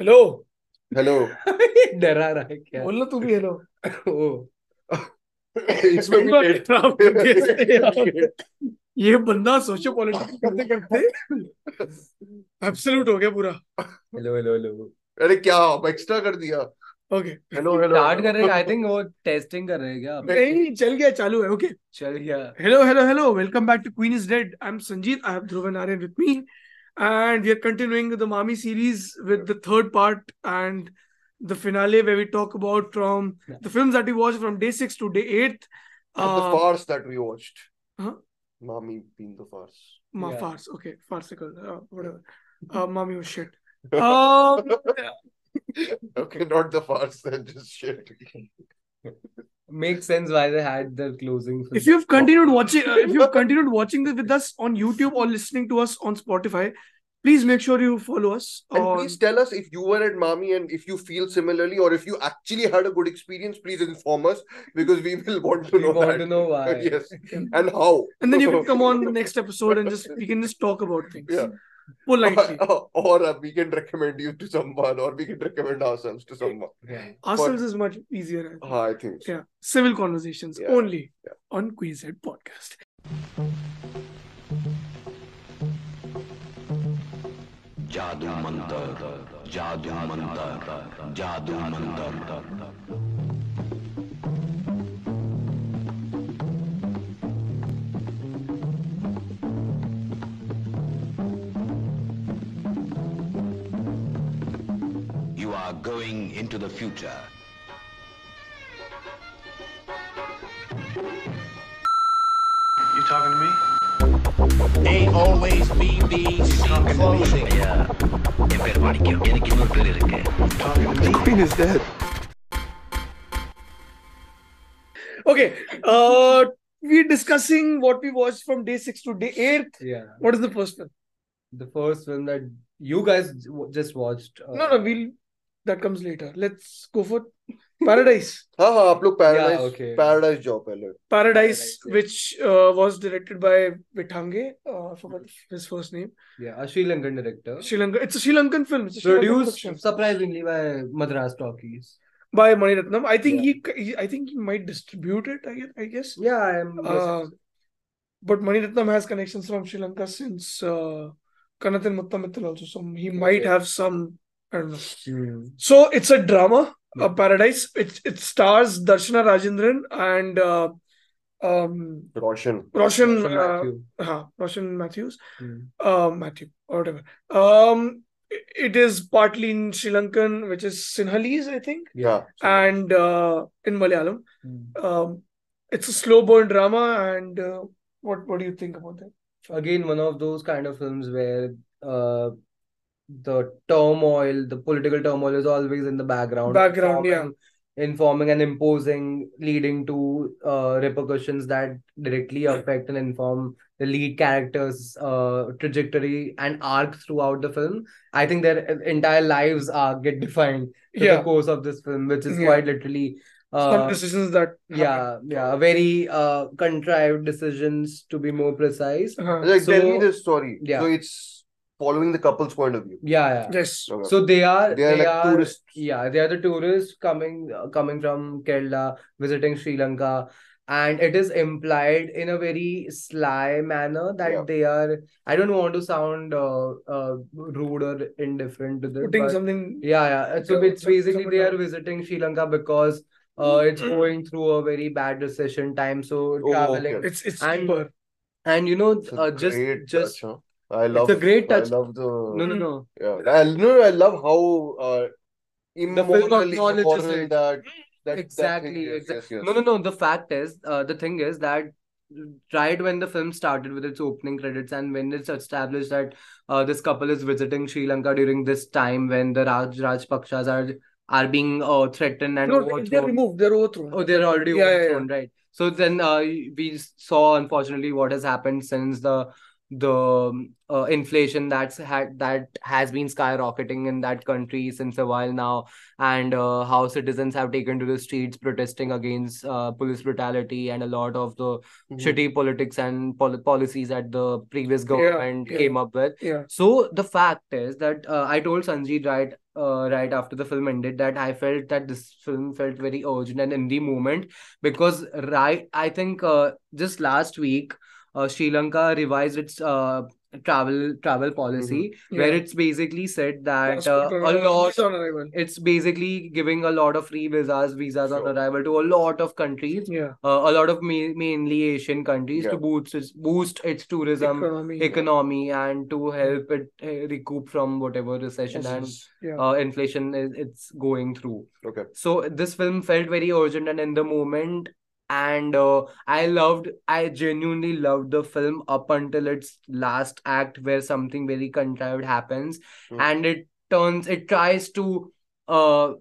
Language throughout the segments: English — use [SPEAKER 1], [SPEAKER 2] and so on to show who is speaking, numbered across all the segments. [SPEAKER 1] Hello
[SPEAKER 2] hello
[SPEAKER 3] डरा रहा है क्या
[SPEAKER 1] बोल लो तू भी हेलो
[SPEAKER 3] ओ
[SPEAKER 2] इसमें भी डेट
[SPEAKER 1] ये बंदा सोशो पॉलिटिक्स करते करते एब्सोल्यूट हो गया पूरा
[SPEAKER 3] हेलो हेलो हेलो
[SPEAKER 2] अरे क्या आप एक्स्ट्रा कर दिया
[SPEAKER 1] ओके
[SPEAKER 2] हेलो हेलो
[SPEAKER 3] स्टार्ट कर रहे हैं आई थिंक वो टेस्टिंग कर रहे हैं क्या
[SPEAKER 1] नहीं चल गया चालू है ओके
[SPEAKER 3] चल गया
[SPEAKER 1] Hello, hello, hello. Welcome back to Queen is Dead. I'm Sanjeet. I have Dhruv and Aryan with me. And we are continuing the Mami series with the third part and the finale where we talk about from the films that we watched from day six to day eight.
[SPEAKER 2] And the
[SPEAKER 1] Uh,
[SPEAKER 2] farce that we watched.
[SPEAKER 1] Huh?
[SPEAKER 2] Mommy being the farce.
[SPEAKER 1] ma-
[SPEAKER 3] Yeah.
[SPEAKER 1] farce. Okay, farcical. Uh, whatever. Uh, Mami was shit. Um,
[SPEAKER 2] okay, not the farce then just shit.
[SPEAKER 3] Make sense why they had the closing
[SPEAKER 1] if you've continued watching uh, if you've continued watching this with us on youtube or listening to us on spotify please make sure you follow us
[SPEAKER 2] And
[SPEAKER 3] Oh,
[SPEAKER 1] on
[SPEAKER 2] please tell us if you were at Mommy and if you feel similarly or if you actually had a good experience, please inform us because we will want to
[SPEAKER 3] we
[SPEAKER 2] know
[SPEAKER 3] want
[SPEAKER 2] that.
[SPEAKER 3] to know why
[SPEAKER 2] yes. And how?
[SPEAKER 1] and then you can come on the next episode and just we can just talk about things
[SPEAKER 2] Yeah.
[SPEAKER 1] politely
[SPEAKER 2] or uh, we can recommend you to someone or we can recommend ourselves to someone.
[SPEAKER 3] Yeah.
[SPEAKER 1] ourselves is much easier I think.
[SPEAKER 2] Ah, I think so.
[SPEAKER 1] yeah civil conversations
[SPEAKER 2] Yeah.
[SPEAKER 1] only on Queen's Head podcast
[SPEAKER 4] जादू मंत्र जादू मंत्र जादू मंत्र You are going into the future.
[SPEAKER 5] You talking to me?
[SPEAKER 4] They always be the closing.
[SPEAKER 1] okay uh we're discussing what we watched from day 6 to day 8
[SPEAKER 3] yeah
[SPEAKER 1] what is the first one
[SPEAKER 3] the first film that you guys w- just watched uh,
[SPEAKER 1] no no we'll that comes later let's go for paradise
[SPEAKER 2] हाँ हाँ आप लोग paradise
[SPEAKER 3] okay.
[SPEAKER 2] Paradise जाओ पहले
[SPEAKER 1] Paradise,
[SPEAKER 3] Paradise,
[SPEAKER 1] which uh, was directed by Vithange, uh, I forgot
[SPEAKER 3] Mm-hmm.
[SPEAKER 1] his first name.
[SPEAKER 3] yeah a Sri Lankan director
[SPEAKER 1] Sri Lanka. It's a Sri Lankan film. It's a Sri Lankan
[SPEAKER 3] produced
[SPEAKER 1] production
[SPEAKER 3] surprisingly by Madras Talkies
[SPEAKER 1] by Mani Ratnam. I think he, he, I think he might distribute it. I guess. I guess.
[SPEAKER 3] yeah I'm
[SPEAKER 1] Uh, but Mani Ratnam has connections from Sri Lanka since uh, Kanathan Muttamittal also. So he might
[SPEAKER 3] Okay.
[SPEAKER 1] have some. I don't know.
[SPEAKER 3] Hmm.
[SPEAKER 1] So it's a drama, a
[SPEAKER 3] Yeah.
[SPEAKER 1] Paradise. It it stars Darshana Rajendran and uh, um,
[SPEAKER 2] Roshan
[SPEAKER 1] Roshan.
[SPEAKER 3] From
[SPEAKER 1] Uh,
[SPEAKER 3] Matthew.
[SPEAKER 1] uh, Roshan Matthews.
[SPEAKER 3] Hmm.
[SPEAKER 1] uh, Matthew or whatever. Um, i- it is partly in Sri Lankan, which is Sinhalese, I think,
[SPEAKER 2] Yeah.
[SPEAKER 1] and uh, in Malayalam.
[SPEAKER 3] Hmm.
[SPEAKER 1] Um, it's a slow burn drama, and uh, what what do you think about that?
[SPEAKER 3] again one of those kind of films where uh the turmoil the political turmoil is always in the background
[SPEAKER 1] Background, yeah.
[SPEAKER 3] informing, informing and imposing leading to uh repercussions that directly affect and inform the lead character's uh trajectory and arc throughout the film i think their entire lives are get defined through the
[SPEAKER 1] yeah,
[SPEAKER 3] course of this film which is
[SPEAKER 1] Yeah.
[SPEAKER 3] quite literally
[SPEAKER 1] some
[SPEAKER 3] uh,
[SPEAKER 1] decisions that
[SPEAKER 3] yeah yeah very uh contrived decisions to be more precise
[SPEAKER 1] happen. Uh,
[SPEAKER 2] Like, tell
[SPEAKER 3] So-
[SPEAKER 2] me this story.
[SPEAKER 3] Yeah.
[SPEAKER 2] So it's following the couple's point of view.
[SPEAKER 3] yeah yeah
[SPEAKER 1] yes,
[SPEAKER 2] Okay.
[SPEAKER 3] So they are
[SPEAKER 2] they are like
[SPEAKER 3] are
[SPEAKER 2] tourists.
[SPEAKER 3] yeah they are the tourists coming uh, coming from Kerala visiting Sri Lanka and it is implied in a very sly manner that
[SPEAKER 2] Yeah.
[SPEAKER 3] they are I don't want to sound uh, uh, rude or indifferent to this
[SPEAKER 1] putting
[SPEAKER 3] but
[SPEAKER 1] something.
[SPEAKER 3] yeah yeah so
[SPEAKER 1] some-
[SPEAKER 3] it's
[SPEAKER 1] some- Mm-hmm.
[SPEAKER 3] basically they
[SPEAKER 1] somewhat
[SPEAKER 3] are visiting Sri Lanka because uh, it's going through a very bad recession time so
[SPEAKER 2] Oh, okay.
[SPEAKER 3] traveling
[SPEAKER 1] It's it's
[SPEAKER 3] And-
[SPEAKER 1] cheaper.
[SPEAKER 3] and you know
[SPEAKER 2] It's a
[SPEAKER 3] uh, just
[SPEAKER 2] great
[SPEAKER 3] just
[SPEAKER 2] touch, huh? I love
[SPEAKER 3] it's a great touch
[SPEAKER 2] I love the
[SPEAKER 3] no no no
[SPEAKER 2] yeah. I no, I love how uh, emotionally
[SPEAKER 3] acknowledges
[SPEAKER 2] immoral that
[SPEAKER 3] it.
[SPEAKER 2] that that
[SPEAKER 3] Exactly,
[SPEAKER 2] thing is.
[SPEAKER 3] exact-
[SPEAKER 2] Yes, yes.
[SPEAKER 3] No, no, no. The fact is, uh, the thing is that right when the film started with its opening credits and when it's established that uh, this couple is visiting Sri Lanka during this time when the Raj Rajpakshas are are being uh, threatened and
[SPEAKER 1] No, they're
[SPEAKER 3] overthrown.
[SPEAKER 1] removed. They're overthrown.
[SPEAKER 3] Oh, they're already
[SPEAKER 1] Yeah, yeah, yeah.
[SPEAKER 3] overthrown, right? So then uh, we saw unfortunately what has happened since the the um, uh, inflation that's had that has been skyrocketing in that country since a while now, and uh, how citizens have taken to the streets protesting against uh, police brutality and a lot of the
[SPEAKER 1] Mm-hmm.
[SPEAKER 2] Mhm.
[SPEAKER 3] shitty politics and pol- policies that the previous government
[SPEAKER 1] yeah.
[SPEAKER 3] came up with.
[SPEAKER 1] yeah.
[SPEAKER 3] So the fact is that uh, I told Sanjeev right uh, right after the film ended that I felt that this film felt very urgent and in the moment because right I think uh, just last week uh, Sri Lanka revised its uh, travel travel policy where
[SPEAKER 1] Yeah.
[SPEAKER 3] it's basically said that uh,
[SPEAKER 1] Passport
[SPEAKER 3] a
[SPEAKER 1] on-
[SPEAKER 3] lot
[SPEAKER 1] visa on arrival.
[SPEAKER 3] it's basically giving a lot of free visas visas on
[SPEAKER 2] Sure.
[SPEAKER 3] arrival to a lot of countries
[SPEAKER 1] Yeah.
[SPEAKER 3] uh, a lot of ma- mainly asian countries to
[SPEAKER 2] Yeah.
[SPEAKER 3] boost its boost its tourism
[SPEAKER 1] Economy.
[SPEAKER 3] economy and to help
[SPEAKER 2] Mm-hmm.
[SPEAKER 3] it uh, recoup from whatever recession and
[SPEAKER 1] Yeah.
[SPEAKER 3] uh, inflation is, it's going through
[SPEAKER 2] Okay.
[SPEAKER 3] so this film felt very urgent and in the moment and uh, i loved i genuinely loved the film up until its last act where something very contrived happens
[SPEAKER 2] Hmm.
[SPEAKER 3] and it turns it tries to uh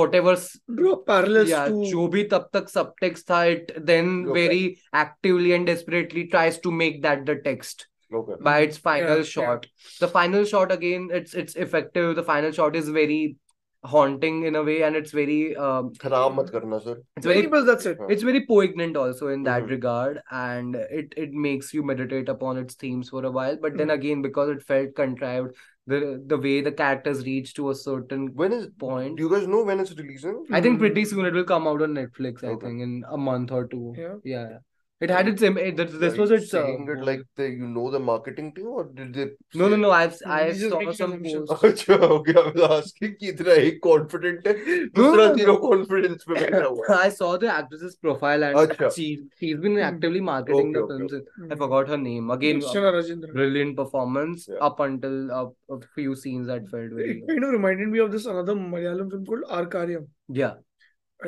[SPEAKER 3] whatever s-
[SPEAKER 1] Draw parallels
[SPEAKER 3] yeah
[SPEAKER 1] to
[SPEAKER 3] जो भी तब तक subtext था it then
[SPEAKER 2] Okay.
[SPEAKER 3] very actively and desperately tries to make that the text
[SPEAKER 2] Okay.
[SPEAKER 3] by
[SPEAKER 1] Mhm.
[SPEAKER 3] its final
[SPEAKER 1] Yeah,
[SPEAKER 3] shot. The final shot again, it's it's effective. The final shot is very haunting in a way, and it's very um,
[SPEAKER 2] खराब मत करना sir
[SPEAKER 3] it's very
[SPEAKER 1] Well, that's it.
[SPEAKER 3] it's very poignant also in that
[SPEAKER 2] Mhm.
[SPEAKER 3] regard, and it it makes you meditate upon its themes for a while. But then again, because it felt contrived, the the way the characters reach to a certain
[SPEAKER 2] when is
[SPEAKER 3] point.
[SPEAKER 2] do you guys know when it's releasing
[SPEAKER 3] I think
[SPEAKER 1] Mm.
[SPEAKER 3] pretty soon it will come out on Netflix. I
[SPEAKER 2] Okay.
[SPEAKER 3] think in a month or two.
[SPEAKER 1] Yeah.
[SPEAKER 3] yeah. It had its. im- It, this
[SPEAKER 2] Are
[SPEAKER 3] was
[SPEAKER 2] you
[SPEAKER 3] its. uh,
[SPEAKER 2] saying it like the you know the marketing team or did they
[SPEAKER 3] no, no, no. I've
[SPEAKER 1] He's
[SPEAKER 3] I
[SPEAKER 1] just
[SPEAKER 3] saw
[SPEAKER 1] making
[SPEAKER 3] some
[SPEAKER 1] assumptions.
[SPEAKER 3] posts.
[SPEAKER 2] अच्छा okay I was asking कि इतना एक confident है दूसरा
[SPEAKER 1] हाँ।
[SPEAKER 3] no,
[SPEAKER 2] zero confidence पे बैठा हुआ है
[SPEAKER 3] I saw the actress's profile and
[SPEAKER 2] Acha.
[SPEAKER 3] she she's been
[SPEAKER 1] Hmm.
[SPEAKER 3] actively marketing
[SPEAKER 2] Okay,
[SPEAKER 3] the
[SPEAKER 2] okay,
[SPEAKER 3] films. I
[SPEAKER 1] Mm.
[SPEAKER 3] forgot her name again. a
[SPEAKER 1] Nichana Rajendra.
[SPEAKER 3] brilliant performance
[SPEAKER 2] Yeah.
[SPEAKER 3] up until uh, a few scenes that felt very
[SPEAKER 1] It kind of reminded me of this another Malayalam film called Arkaryam.
[SPEAKER 3] yeah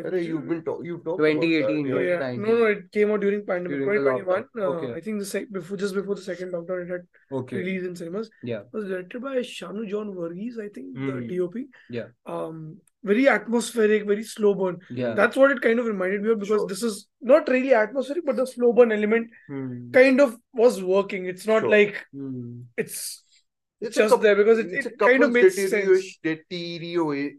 [SPEAKER 2] अरे you've been talk you talked
[SPEAKER 3] 2018,
[SPEAKER 2] about that,
[SPEAKER 1] Oh, Yeah.
[SPEAKER 3] 2019.
[SPEAKER 1] No, no, it came out during pandemic.
[SPEAKER 3] During the lockdown.
[SPEAKER 1] 2021. uh,
[SPEAKER 3] Okay.
[SPEAKER 1] I think the sec- before just before the second lockdown, it had
[SPEAKER 3] okay
[SPEAKER 1] released in cinemas.
[SPEAKER 3] Yeah.
[SPEAKER 1] It was directed by Shanu John Verghese, I think,
[SPEAKER 3] Mm.
[SPEAKER 1] the DOP.
[SPEAKER 3] Yeah.
[SPEAKER 1] Um, very atmospheric, very slow burn.
[SPEAKER 3] yeah
[SPEAKER 1] That's what it kind of reminded me of because
[SPEAKER 2] Sure.
[SPEAKER 1] this is not really atmospheric, but the slow burn element
[SPEAKER 3] Hmm.
[SPEAKER 1] kind of was working. It's not
[SPEAKER 2] Sure.
[SPEAKER 1] like
[SPEAKER 3] Hmm.
[SPEAKER 1] it's
[SPEAKER 2] yeah. It's
[SPEAKER 1] just
[SPEAKER 2] a couple-
[SPEAKER 1] there because it,
[SPEAKER 2] it's
[SPEAKER 1] it
[SPEAKER 2] a
[SPEAKER 1] kind of
[SPEAKER 2] couple's
[SPEAKER 1] makes sense.
[SPEAKER 2] deterioration- deteriorate-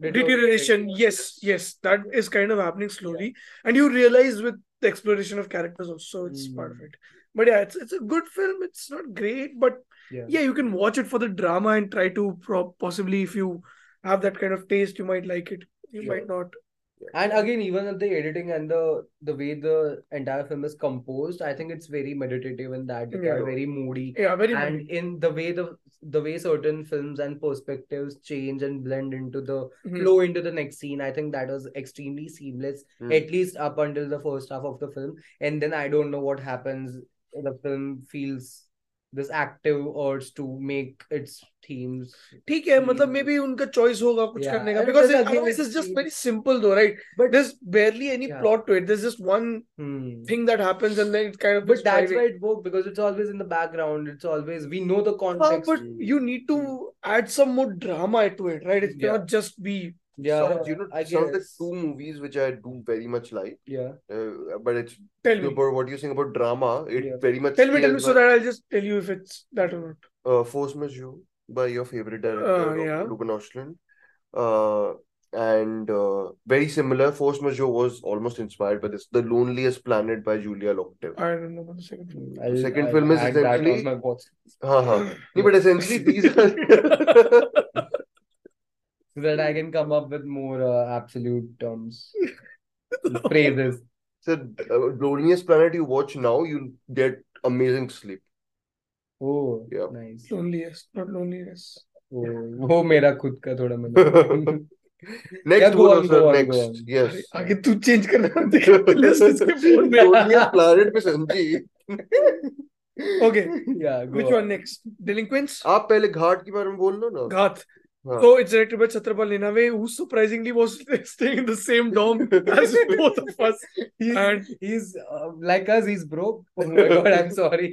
[SPEAKER 1] deterioration yes yes that is kind of happening slowly and you realize with the exploration of characters also it's
[SPEAKER 3] Hmm.
[SPEAKER 1] part of it but yeah it's it's a good film it's not great but
[SPEAKER 3] Yeah.
[SPEAKER 1] yeah, you can watch it for the drama and try to pro- possibly if you have that kind of taste you might like it you
[SPEAKER 2] Sure.
[SPEAKER 1] might not
[SPEAKER 3] and again even at the editing and the the way the entire film is composed i think it's very meditative in that regard,
[SPEAKER 1] Yeah.
[SPEAKER 3] very moody
[SPEAKER 1] yeah very
[SPEAKER 3] and in the way the the way certain films and perspectives change and blend into the
[SPEAKER 1] Mhm.
[SPEAKER 3] flow into the next scene i think that was extremely seamless
[SPEAKER 2] Hmm.
[SPEAKER 3] at least up until the first half of the film and then i don't know what happens the film feels this active urge to make its themes
[SPEAKER 1] ठीक है मतलब maybe उनका choice होगा कुछ
[SPEAKER 3] hmm. Yeah,
[SPEAKER 1] करने का
[SPEAKER 3] and
[SPEAKER 1] because
[SPEAKER 3] then again,
[SPEAKER 1] this is
[SPEAKER 3] it's-
[SPEAKER 1] just very simple though right
[SPEAKER 3] But-
[SPEAKER 1] but there is barely any
[SPEAKER 3] Yeah.
[SPEAKER 1] plot to it there's just one
[SPEAKER 3] hmm.
[SPEAKER 1] thing that happens and then it kind of
[SPEAKER 3] but
[SPEAKER 1] is
[SPEAKER 3] that's
[SPEAKER 1] driving.
[SPEAKER 3] why it worked because it's always in the background it's always we know the
[SPEAKER 1] Uh,
[SPEAKER 3] context
[SPEAKER 1] but you need to add some more drama to it, right? It
[SPEAKER 3] Yeah.
[SPEAKER 1] cannot just be
[SPEAKER 3] yeah
[SPEAKER 2] Sounds- you know,
[SPEAKER 3] i
[SPEAKER 2] sounds like
[SPEAKER 3] guess
[SPEAKER 2] two movies which I do very much like,
[SPEAKER 3] yeah
[SPEAKER 2] uh, but it's
[SPEAKER 1] tell me,
[SPEAKER 2] about what you're saying about drama. It
[SPEAKER 3] Yeah.
[SPEAKER 2] very much
[SPEAKER 1] tell me, tell me,
[SPEAKER 2] feels
[SPEAKER 1] so
[SPEAKER 2] like,
[SPEAKER 1] that I'll just tell you if it's that or not.
[SPEAKER 2] uh, Force Majeure by your favorite director,
[SPEAKER 1] Uh, yeah.
[SPEAKER 2] Ruben Östlund. Uh, and uh, very similar, Force Majeure was almost inspired by this. The Loneliest Planet by Julia Lockwood.
[SPEAKER 3] Uh,
[SPEAKER 1] I don't know about the second film.
[SPEAKER 3] I'll-
[SPEAKER 2] second
[SPEAKER 3] I'll
[SPEAKER 2] film is
[SPEAKER 3] add that on
[SPEAKER 2] essentially-
[SPEAKER 3] my watch.
[SPEAKER 2] हाँ हाँ नहीं but essentially these are
[SPEAKER 3] so that I can come up with more uh, absolute terms, phrases.
[SPEAKER 2] so uh, loneliest planet you watch now you'll get amazing sleep
[SPEAKER 3] Oh,
[SPEAKER 2] Yeah.
[SPEAKER 3] nice.
[SPEAKER 1] Loneliness, not loneliness.
[SPEAKER 3] Oh, वो मेरा खुद का थोड़ा मतलब
[SPEAKER 2] next
[SPEAKER 3] Yeah, go
[SPEAKER 2] बोलो
[SPEAKER 3] on,
[SPEAKER 2] sir
[SPEAKER 3] go on,
[SPEAKER 2] next
[SPEAKER 3] go on.
[SPEAKER 2] yes
[SPEAKER 1] आगे तू change करना देखा लिस्ट इसके फोन में
[SPEAKER 2] loneliest planet पे संजी
[SPEAKER 1] Okay,
[SPEAKER 3] yeah go
[SPEAKER 1] which
[SPEAKER 3] on.
[SPEAKER 1] one next? Delinquents.
[SPEAKER 2] आप पहले घाट के बारे में बोल लो ना
[SPEAKER 1] Gath.
[SPEAKER 2] हाँ.
[SPEAKER 1] So it's directed by Chhatrapal Linaway, who surprisingly was staying in the same dorm as both of us.
[SPEAKER 3] He's,
[SPEAKER 1] And-
[SPEAKER 3] he's uh, like us, he's broke. Oh my god, I'm sorry.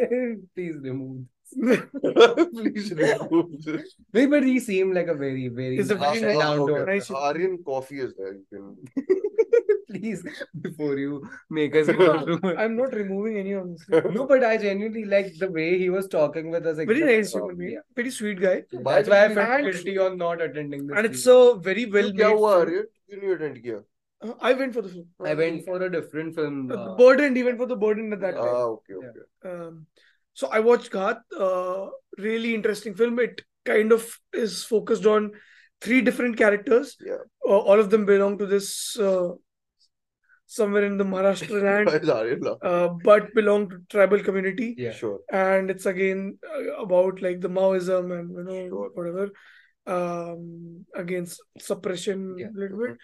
[SPEAKER 3] Please remove.
[SPEAKER 2] please remove this
[SPEAKER 3] No, but he seemed like a very, very
[SPEAKER 1] He's a
[SPEAKER 2] हाँ,
[SPEAKER 3] nice
[SPEAKER 1] very
[SPEAKER 3] and
[SPEAKER 1] nice-
[SPEAKER 3] down to earth.
[SPEAKER 1] Nice.
[SPEAKER 2] Aryan coffee is there you can
[SPEAKER 3] Please, before you make us go through.
[SPEAKER 1] I'm not removing any of this.
[SPEAKER 3] No, but I genuinely like the way he was talking with us.
[SPEAKER 1] Very
[SPEAKER 3] exactly.
[SPEAKER 1] nice human being, pretty sweet guy.
[SPEAKER 2] Why
[SPEAKER 3] That's why I
[SPEAKER 2] did
[SPEAKER 3] felt
[SPEAKER 1] you-
[SPEAKER 3] guilty on not attending this.
[SPEAKER 1] And it's
[SPEAKER 3] meeting.
[SPEAKER 1] a very well
[SPEAKER 2] क्या
[SPEAKER 1] made
[SPEAKER 2] हुआ
[SPEAKER 1] film.
[SPEAKER 2] Aryan क्यों नहीं attend किया
[SPEAKER 1] Uh, I went for the film.
[SPEAKER 3] I went for a different film.
[SPEAKER 1] Uh,
[SPEAKER 3] uh,
[SPEAKER 1] burdened, even for the burden at that
[SPEAKER 2] ah okay okay
[SPEAKER 1] time. Um, so I watched Ghat. Uh, really uh, interesting film. It kind of is focused on three different characters.
[SPEAKER 2] Yeah.
[SPEAKER 1] Uh, all of them belong to this uh, somewhere in the Maharashtra land,
[SPEAKER 2] Sorry, no.
[SPEAKER 1] uh, but belong to tribal community.
[SPEAKER 3] Yeah.
[SPEAKER 2] Sure.
[SPEAKER 1] And it's again uh, about like the Maoism and you know
[SPEAKER 2] Sure.
[SPEAKER 1] whatever um, against suppression
[SPEAKER 3] Yeah.
[SPEAKER 1] a little bit.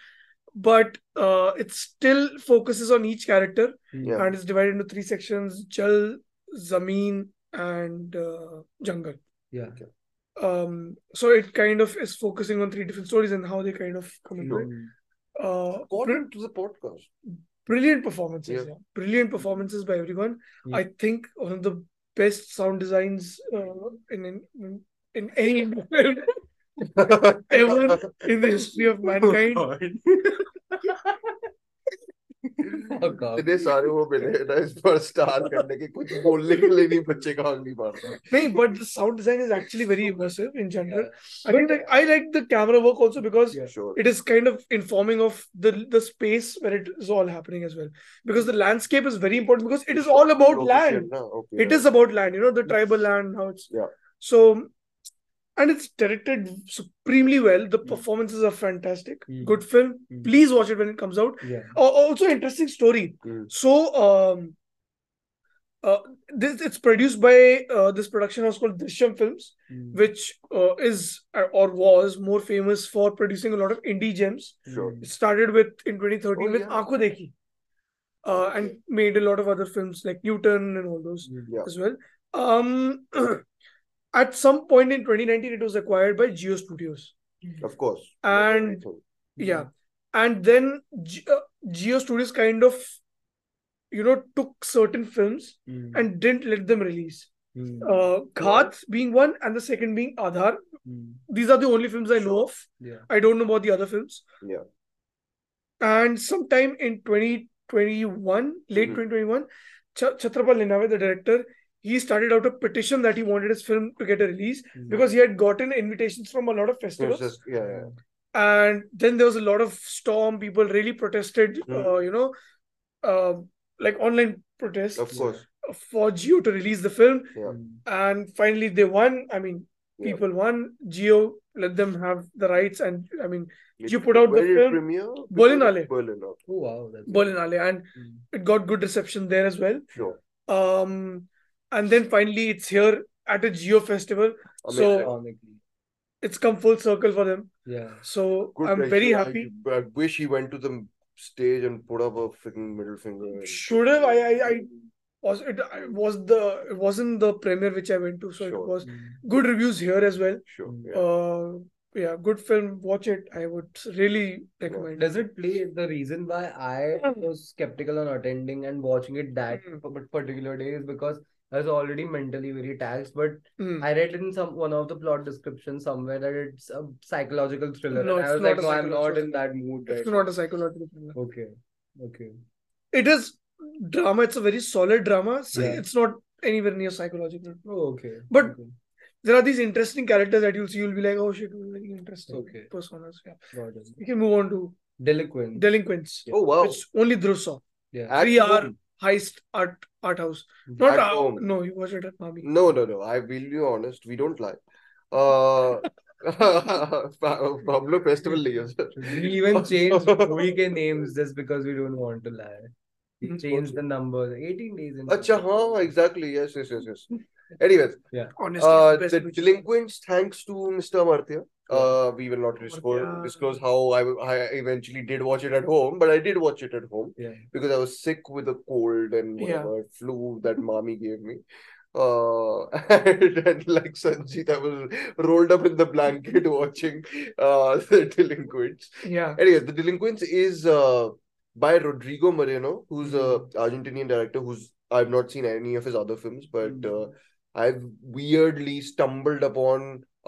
[SPEAKER 1] But uh, it still focuses on each character
[SPEAKER 2] Yeah.
[SPEAKER 1] and it's divided into three sections jal zameen and uh, jungle
[SPEAKER 3] Yeah.
[SPEAKER 2] Okay.
[SPEAKER 1] um so it kind of is focusing on three different stories and how they kind of come into it uh br-
[SPEAKER 2] According to the podcast.
[SPEAKER 1] brilliant performances
[SPEAKER 2] Yeah.
[SPEAKER 1] yeah. brilliant performances by everyone
[SPEAKER 3] Yeah.
[SPEAKER 1] i think one of the best sound designs uh, in, in in- in any film ever in the history of mankind
[SPEAKER 3] Oh, God.
[SPEAKER 2] इतने सारे वो मिले हैं ना इस पर star करने के कुछ बोलने के लिए नहीं बच्चे का आंग नहीं मार रहा
[SPEAKER 1] No, but the sound design is actually very immersive in general. I think like I like the camera work also because
[SPEAKER 3] Yeah.
[SPEAKER 2] Sure.
[SPEAKER 1] it is kind of informing of the the space where it is all happening as well. Because the landscape is very important because it is all about
[SPEAKER 2] Location
[SPEAKER 1] land.
[SPEAKER 2] ना, okay,
[SPEAKER 1] It is about land, you know, the tribal land, how it's
[SPEAKER 2] Yeah.
[SPEAKER 1] so and it's directed supremely well. The performances are fantastic.
[SPEAKER 3] Mm.
[SPEAKER 1] Good film.
[SPEAKER 3] Mm.
[SPEAKER 1] Please watch it when it comes out.
[SPEAKER 3] Yeah.
[SPEAKER 1] Al- Also interesting story.
[SPEAKER 2] Hmm.
[SPEAKER 1] So, um, uh, this it's produced by uh, this production house called Drishyam Films,
[SPEAKER 3] Mm.
[SPEAKER 1] which uh, is uh, or was more famous for producing a lot of indie gems.
[SPEAKER 2] Sure.
[SPEAKER 3] Mm,
[SPEAKER 1] It started with in 2013
[SPEAKER 2] Oh,
[SPEAKER 1] with
[SPEAKER 2] yeah.
[SPEAKER 1] Aankho Dekhi, uh, and made a lot of other films like Newton and all those
[SPEAKER 3] Mm.
[SPEAKER 2] Yeah.
[SPEAKER 1] as well. Um, at some point in 2019, it was acquired by Geo Studios,
[SPEAKER 2] Of course.
[SPEAKER 1] and
[SPEAKER 2] Mm-hmm.
[SPEAKER 1] yeah and then G- uh, geo studios kind of you know took certain films
[SPEAKER 3] Mm.
[SPEAKER 1] and didn't let them release
[SPEAKER 3] Mm.
[SPEAKER 1] uh ghat being one and the second being aadhar
[SPEAKER 3] Mm.
[SPEAKER 1] these are the only films i know of
[SPEAKER 3] Yeah.
[SPEAKER 1] i don't know about the other films
[SPEAKER 2] Yeah.
[SPEAKER 1] and sometime in 2021 late
[SPEAKER 2] Mhm.
[SPEAKER 1] 2021 Ch- chatrapal Linave, the director he started out a petition that he wanted his film to get a release
[SPEAKER 3] Mm.
[SPEAKER 1] because he had gotten invitations from a lot of
[SPEAKER 2] It's
[SPEAKER 1] festivals
[SPEAKER 2] just, yeah, yeah.
[SPEAKER 1] and then there was a lot of storm people really protested
[SPEAKER 2] Hmm.
[SPEAKER 1] uh, you know uh, like online protests
[SPEAKER 2] Of course.
[SPEAKER 1] for geo to release the film
[SPEAKER 2] Yeah.
[SPEAKER 3] Mm.
[SPEAKER 1] and finally they won i mean
[SPEAKER 2] Yeah.
[SPEAKER 1] people won geo let them have the rights and i mean
[SPEAKER 2] It-
[SPEAKER 1] You put out the
[SPEAKER 2] where did it
[SPEAKER 1] film?
[SPEAKER 2] premiere?
[SPEAKER 1] Berlinale.
[SPEAKER 2] Berlin, okay.
[SPEAKER 3] Oh, wow. That's
[SPEAKER 1] berlinale and
[SPEAKER 3] Mm.
[SPEAKER 1] it got good reception there as well
[SPEAKER 2] Sure.
[SPEAKER 1] um and then finally it's here at a geo festival
[SPEAKER 2] Amazing.
[SPEAKER 1] So-
[SPEAKER 3] Comically.
[SPEAKER 1] it's come full circle for them
[SPEAKER 3] Yeah.
[SPEAKER 1] so
[SPEAKER 2] Good
[SPEAKER 1] i'm
[SPEAKER 2] guy,
[SPEAKER 1] very
[SPEAKER 2] sure. I-
[SPEAKER 1] happy
[SPEAKER 2] I, wish he went to the stage and put up a freaking middle finger. and-
[SPEAKER 1] should have i i, I was it I was the it wasn't the premiere which I went to, so
[SPEAKER 2] Sure.
[SPEAKER 1] it was
[SPEAKER 3] Mm.
[SPEAKER 1] good reviews here as well.
[SPEAKER 2] Sure.
[SPEAKER 3] Mm.
[SPEAKER 2] Yeah.
[SPEAKER 1] Uh, yeah, good film. Watch it. I would really recommend.
[SPEAKER 3] Does it play the reason why I was skeptical on attending and watching it that
[SPEAKER 1] Mm.
[SPEAKER 3] p- particular day is because I was already mentally very taxed. But
[SPEAKER 1] Mm.
[SPEAKER 3] I read in some one of the plot descriptions somewhere that it's a psychological thriller.
[SPEAKER 1] No,
[SPEAKER 3] and I
[SPEAKER 1] it's
[SPEAKER 3] was
[SPEAKER 1] not
[SPEAKER 3] like,
[SPEAKER 1] a
[SPEAKER 3] no, I'm not
[SPEAKER 1] psychological
[SPEAKER 3] in that mood
[SPEAKER 1] It's
[SPEAKER 3] right
[SPEAKER 1] not a psychological thriller.
[SPEAKER 3] now. Okay. Okay.
[SPEAKER 1] It is drama. It's a very solid drama. So
[SPEAKER 3] Yeah.
[SPEAKER 1] It's not anywhere near psychological.
[SPEAKER 3] Oh, okay.
[SPEAKER 1] But-
[SPEAKER 3] okay.
[SPEAKER 1] There are these interesting characters that you'll see. You'll be like, oh shit, really interesting
[SPEAKER 3] Okay.
[SPEAKER 1] personas. Yeah.
[SPEAKER 3] Got it.
[SPEAKER 1] We can move on to
[SPEAKER 3] Delinquent.
[SPEAKER 1] delinquents.
[SPEAKER 2] Oh wow.
[SPEAKER 1] It's only Drusaw.
[SPEAKER 3] yeah.
[SPEAKER 2] At
[SPEAKER 1] Three hour
[SPEAKER 2] home.
[SPEAKER 1] heist art art house. Not
[SPEAKER 2] At
[SPEAKER 1] uh,
[SPEAKER 2] home. Mm.
[SPEAKER 1] no, you watched it at Mami.
[SPEAKER 2] No, no, no. I will be honest. We don't lie. Uh, हम लोग festival नहीं है sir
[SPEAKER 3] We even changed movie के names just because we don't want to lie. We
[SPEAKER 2] Hmm.
[SPEAKER 1] Mhm.
[SPEAKER 3] changed the numbers. 18 days in.
[SPEAKER 2] अच्छा हाँ exactly yes yes yes yes anyways
[SPEAKER 1] Honestly,
[SPEAKER 2] Uh,
[SPEAKER 1] it's the
[SPEAKER 2] the
[SPEAKER 1] best movie.
[SPEAKER 2] delinquents, thanks to Mr. Amartya. Uh, we will not disclose,
[SPEAKER 1] Amartya.
[SPEAKER 2] disclose how I, I eventually did watch it at home, but I did watch it at home
[SPEAKER 3] Yeah.
[SPEAKER 2] because I was sick with a cold and
[SPEAKER 1] Yeah.
[SPEAKER 2] whatever flu that mommy gave me. Uh, and, and like Sanjit, I was rolled up in the blanket watching uh, the delinquents.
[SPEAKER 1] Yeah.
[SPEAKER 2] Anyways, The Delinquents is uh, by Rodrigo Moreno, who's a Argentinian director who's I've not seen any of his other films, but uh,
[SPEAKER 3] Mm-hmm.
[SPEAKER 2] I've weirdly stumbled upon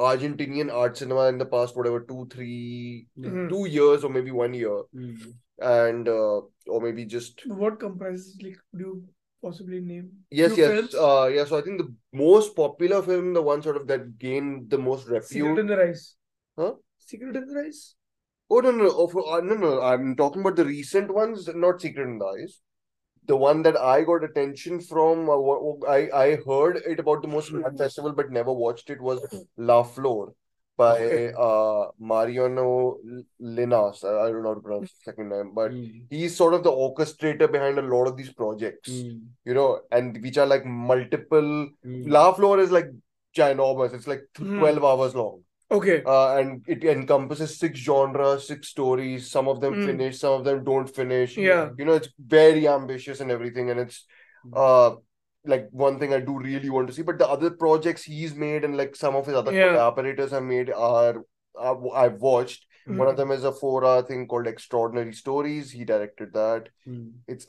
[SPEAKER 2] Argentinian art cinema in the past whatever two, three,
[SPEAKER 3] Hmm.
[SPEAKER 1] Mm.
[SPEAKER 2] two years or maybe one year,
[SPEAKER 3] Mm.
[SPEAKER 2] and uh, or maybe just
[SPEAKER 1] What comprises like could you possibly name?
[SPEAKER 2] yes,
[SPEAKER 1] few
[SPEAKER 2] yes,
[SPEAKER 1] films?
[SPEAKER 2] uh, yeah. So I think the most popular film, the one sort of that gained the most
[SPEAKER 1] Secret
[SPEAKER 2] refuge.
[SPEAKER 1] in the Rice.
[SPEAKER 2] Huh?
[SPEAKER 1] Secret in the Rice?
[SPEAKER 2] Oh no, no, of, uh, no, no. I'm talking about the recent ones, not Secret in the Eyes. the one that I got attention from, uh, wha- wha- I I heard it about the most
[SPEAKER 1] Hmm.
[SPEAKER 2] Film festival, but never watched it. Was La Flor by uh Mariano L- Linas. I, I don't know how to pronounce his second name, but he's sort of the orchestrator behind a lot of these projects.
[SPEAKER 1] Hmm.
[SPEAKER 3] Hmm.
[SPEAKER 2] You know, and which are like multiple. La Flor is like ginormous. It's like
[SPEAKER 1] Mm.
[SPEAKER 2] twelve hours long
[SPEAKER 1] Okay.
[SPEAKER 2] uh, and it encompasses six genres, six stories. Some of them
[SPEAKER 1] Mm.
[SPEAKER 2] finish, some of them don't finish.
[SPEAKER 1] Yeah.
[SPEAKER 2] You know, it's very ambitious and everything. And it's uh, like one thing I do really want to see. But the other projects he's made and like some of his other
[SPEAKER 1] Yeah.
[SPEAKER 2] collaborators have made are, are I've watched. Uh,
[SPEAKER 1] Hmm.
[SPEAKER 2] One of them is a four hour thing called Extraordinary Stories. He directed that.
[SPEAKER 3] Hmm.
[SPEAKER 2] It's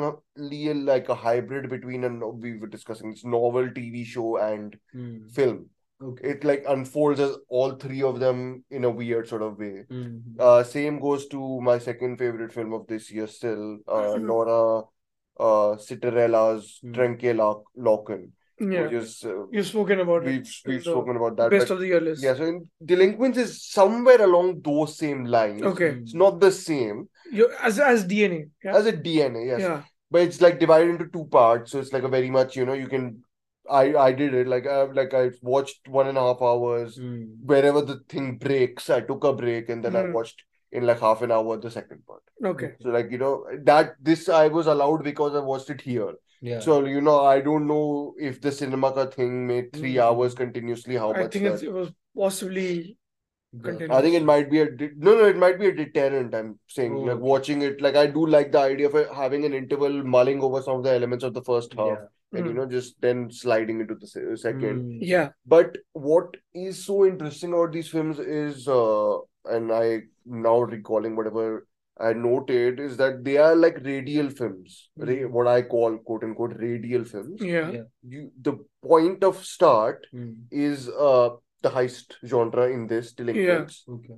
[SPEAKER 2] amazingly like a hybrid between, and we were discussing this novel TV show and
[SPEAKER 3] Hmm.
[SPEAKER 2] film
[SPEAKER 3] Okay.
[SPEAKER 2] it like unfolds as all three of them in a weird sort of way.
[SPEAKER 3] Hmm.
[SPEAKER 2] Uh, same goes to my second favorite film of this year still, uh,
[SPEAKER 1] Mhm.
[SPEAKER 2] Nora uh, Citarella's
[SPEAKER 3] Mm.
[SPEAKER 2] Trenke Lock- Locken,
[SPEAKER 1] Hmm. Mm. Yeah.
[SPEAKER 2] which is uh,
[SPEAKER 1] You've spoken about it.
[SPEAKER 2] we've we've
[SPEAKER 1] the
[SPEAKER 2] spoken about that.
[SPEAKER 1] Best
[SPEAKER 2] but
[SPEAKER 1] of the year list.
[SPEAKER 2] yeah, so in Delinquents is somewhere along those same lines.
[SPEAKER 3] Hmm.
[SPEAKER 1] Okay.
[SPEAKER 2] It's not the same
[SPEAKER 1] You as as DNA. Yeah.
[SPEAKER 2] as a DNA, yes,
[SPEAKER 1] yeah.
[SPEAKER 2] but it's like divided into two parts. So it's like a very much you know you can. I I did it like I like I watched one and a half hours
[SPEAKER 3] Hmm.
[SPEAKER 2] wherever the thing breaks, I took a break and then I
[SPEAKER 1] Hmm.
[SPEAKER 2] watched in like half an hour the second part.
[SPEAKER 1] Okay.
[SPEAKER 2] So like you know that this I was allowed because I watched it here.
[SPEAKER 3] Yeah.
[SPEAKER 2] So you know I don't know if the cinema ka thing made three
[SPEAKER 3] Hmm.
[SPEAKER 2] hours continuously. How
[SPEAKER 1] I
[SPEAKER 2] much?
[SPEAKER 1] think
[SPEAKER 2] that-
[SPEAKER 1] it's, it was possibly
[SPEAKER 3] The-
[SPEAKER 1] continuous.
[SPEAKER 2] I think it might be a de- no no it might be a deterrent. I'm saying
[SPEAKER 3] Oh,
[SPEAKER 2] like
[SPEAKER 3] okay.
[SPEAKER 2] watching it like I do like the idea of uh, having an interval mulling over some of the elements of the first half
[SPEAKER 3] Yeah.
[SPEAKER 2] and you
[SPEAKER 1] Mm.
[SPEAKER 2] know just then sliding into the se- second.
[SPEAKER 3] Mm.
[SPEAKER 1] Yeah.
[SPEAKER 2] But what is so interesting about these films is, uh, and I now recalling whatever I noted, is that they are like radial films, ra-
[SPEAKER 3] Mm.
[SPEAKER 2] what I call quote unquote radial films.
[SPEAKER 1] Yeah.
[SPEAKER 2] You, the point of start
[SPEAKER 3] Mm.
[SPEAKER 2] is uh, the heist genre in this delinquents.
[SPEAKER 3] Okay.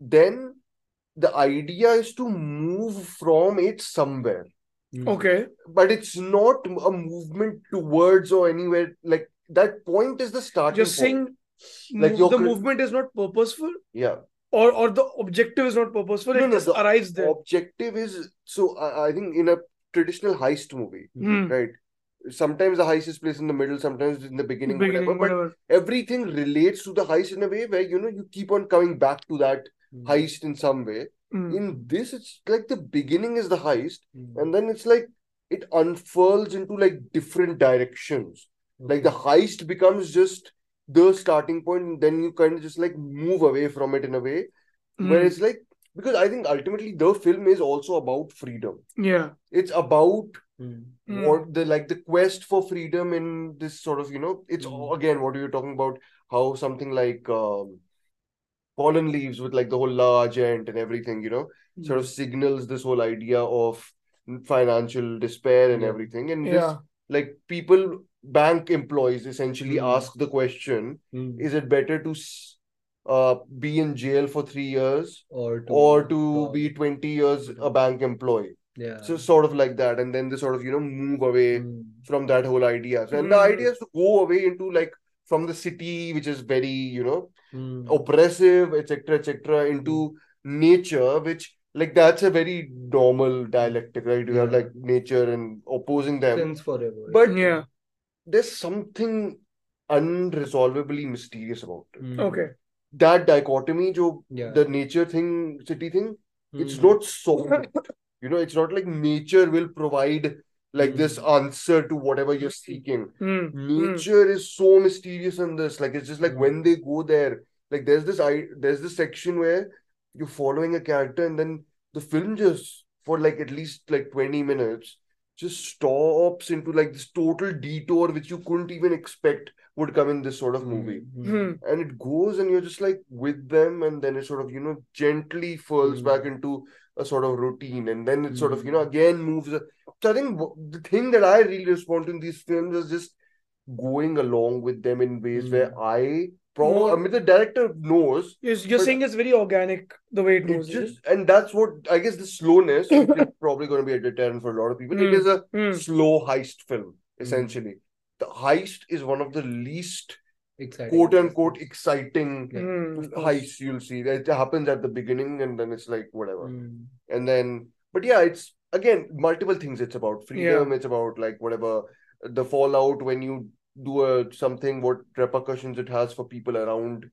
[SPEAKER 2] Then the idea is to move from it somewhere
[SPEAKER 3] Mm.
[SPEAKER 1] Okay.
[SPEAKER 2] but it's not a movement towards or anywhere like that point is the starting
[SPEAKER 1] You're
[SPEAKER 2] point.
[SPEAKER 1] saying
[SPEAKER 2] Like
[SPEAKER 1] move-
[SPEAKER 2] you're
[SPEAKER 1] the
[SPEAKER 2] cre-
[SPEAKER 1] movement is not purposeful
[SPEAKER 2] yeah
[SPEAKER 1] or or the objective is not purposeful.
[SPEAKER 2] No,
[SPEAKER 1] it
[SPEAKER 2] no,
[SPEAKER 1] just
[SPEAKER 2] the
[SPEAKER 1] arrives there.
[SPEAKER 2] objective is so I, I think in a traditional heist movie
[SPEAKER 1] Hmm.
[SPEAKER 2] right sometimes the heist is placed in the middle sometimes in the beginning,
[SPEAKER 1] Beginning,
[SPEAKER 2] whatever,
[SPEAKER 1] whatever.
[SPEAKER 2] but everything relates to the heist in a way where you know you keep on coming back to that
[SPEAKER 1] Hmm.
[SPEAKER 3] Mm.
[SPEAKER 2] heist in some way
[SPEAKER 1] Mm.
[SPEAKER 2] in this it's like the beginning is the heist
[SPEAKER 3] Mm.
[SPEAKER 2] and then it's like it unfurls into like different directions like the
[SPEAKER 3] Okay.
[SPEAKER 2] heist becomes just the starting point and then you kind of just like move away from it in a way where
[SPEAKER 1] Mm.
[SPEAKER 2] it's like because i think ultimately the film is also about freedom
[SPEAKER 1] Yeah.
[SPEAKER 2] it's about
[SPEAKER 3] Mm.
[SPEAKER 1] Mm.
[SPEAKER 2] what the like the quest for freedom in this sort of you know it's
[SPEAKER 3] Mm.
[SPEAKER 2] all- again what you're talking about how something like um fallen leaves with like the whole la agent and everything you know sort
[SPEAKER 3] Hmm.
[SPEAKER 2] of signals this whole idea of financial despair and
[SPEAKER 3] Hmm. Yeah.
[SPEAKER 2] everything and this
[SPEAKER 1] Yeah.
[SPEAKER 2] like people bank employees essentially
[SPEAKER 3] Hmm.
[SPEAKER 2] ask the question
[SPEAKER 3] Mm.
[SPEAKER 2] is it better to s- uh, be in jail for three years
[SPEAKER 3] or to
[SPEAKER 2] or to
[SPEAKER 3] Oh God.
[SPEAKER 2] be 20 years a
[SPEAKER 3] Mhm.
[SPEAKER 2] bank employee
[SPEAKER 3] yeah Hmm.
[SPEAKER 2] so sort of like that and then they sort of you know move away
[SPEAKER 3] Mm.
[SPEAKER 2] from that whole idea so, and the
[SPEAKER 1] Hmm.
[SPEAKER 2] idea is to go away into like from the city which is very you know
[SPEAKER 3] Mm.
[SPEAKER 2] oppressive etc etc into nature which like that's a very normal dialectic right you have
[SPEAKER 3] Yeah.
[SPEAKER 2] like nature and opposing them
[SPEAKER 3] Since forever
[SPEAKER 2] But-
[SPEAKER 1] Yeah.
[SPEAKER 2] there's something unresolvably mysterious about it.
[SPEAKER 3] Mm.
[SPEAKER 1] Okay.
[SPEAKER 2] That dichotomy, jo,
[SPEAKER 3] Yeah.
[SPEAKER 2] the nature thing, city thing, it's
[SPEAKER 3] Mm.
[SPEAKER 2] not solved. you know, it's not like nature will provide like this
[SPEAKER 3] Mm.
[SPEAKER 2] answer to whatever you're seeking.
[SPEAKER 1] Mm.
[SPEAKER 2] Nature is so mysterious in this. Like it's just like
[SPEAKER 3] Mm.
[SPEAKER 2] when they go there, like there's this I there's this section where you're following a character and then the film just for like at least like 20 minutes just stops into like this total detour which you couldn't even expect would come in this sort of movie.
[SPEAKER 3] Hmm.
[SPEAKER 1] Mm.
[SPEAKER 2] And it goes and you're just like with them and then it sort of, you know, gently falls
[SPEAKER 3] Mm.
[SPEAKER 2] back into a sort of routine and then it sort of, you know,
[SPEAKER 3] Mm.
[SPEAKER 2] again moves. So I think w- the thing that I really respond to in these films is just going along with them in ways where I probably, I
[SPEAKER 1] More-
[SPEAKER 2] mean, the director knows
[SPEAKER 1] You're, you're
[SPEAKER 2] But-
[SPEAKER 1] saying it's very organic the way it
[SPEAKER 2] it
[SPEAKER 1] moves.
[SPEAKER 2] just and that's what I guess the slowness which is probably going to be a deterrent for a lot of people. It
[SPEAKER 1] Mm.
[SPEAKER 2] is a
[SPEAKER 1] Mm.
[SPEAKER 2] slow heist film essentially. The heist is one of the least
[SPEAKER 3] Exciting.
[SPEAKER 2] quote unquote exciting
[SPEAKER 3] Yeah.
[SPEAKER 1] Mm. of course.
[SPEAKER 2] heists you'll see. It happens at the beginning and then it's like whatever.
[SPEAKER 3] Mm.
[SPEAKER 2] And then, but yeah, it's again multiple things it's about freedom it's about like whatever the fallout when you do a, something what repercussions it has for people around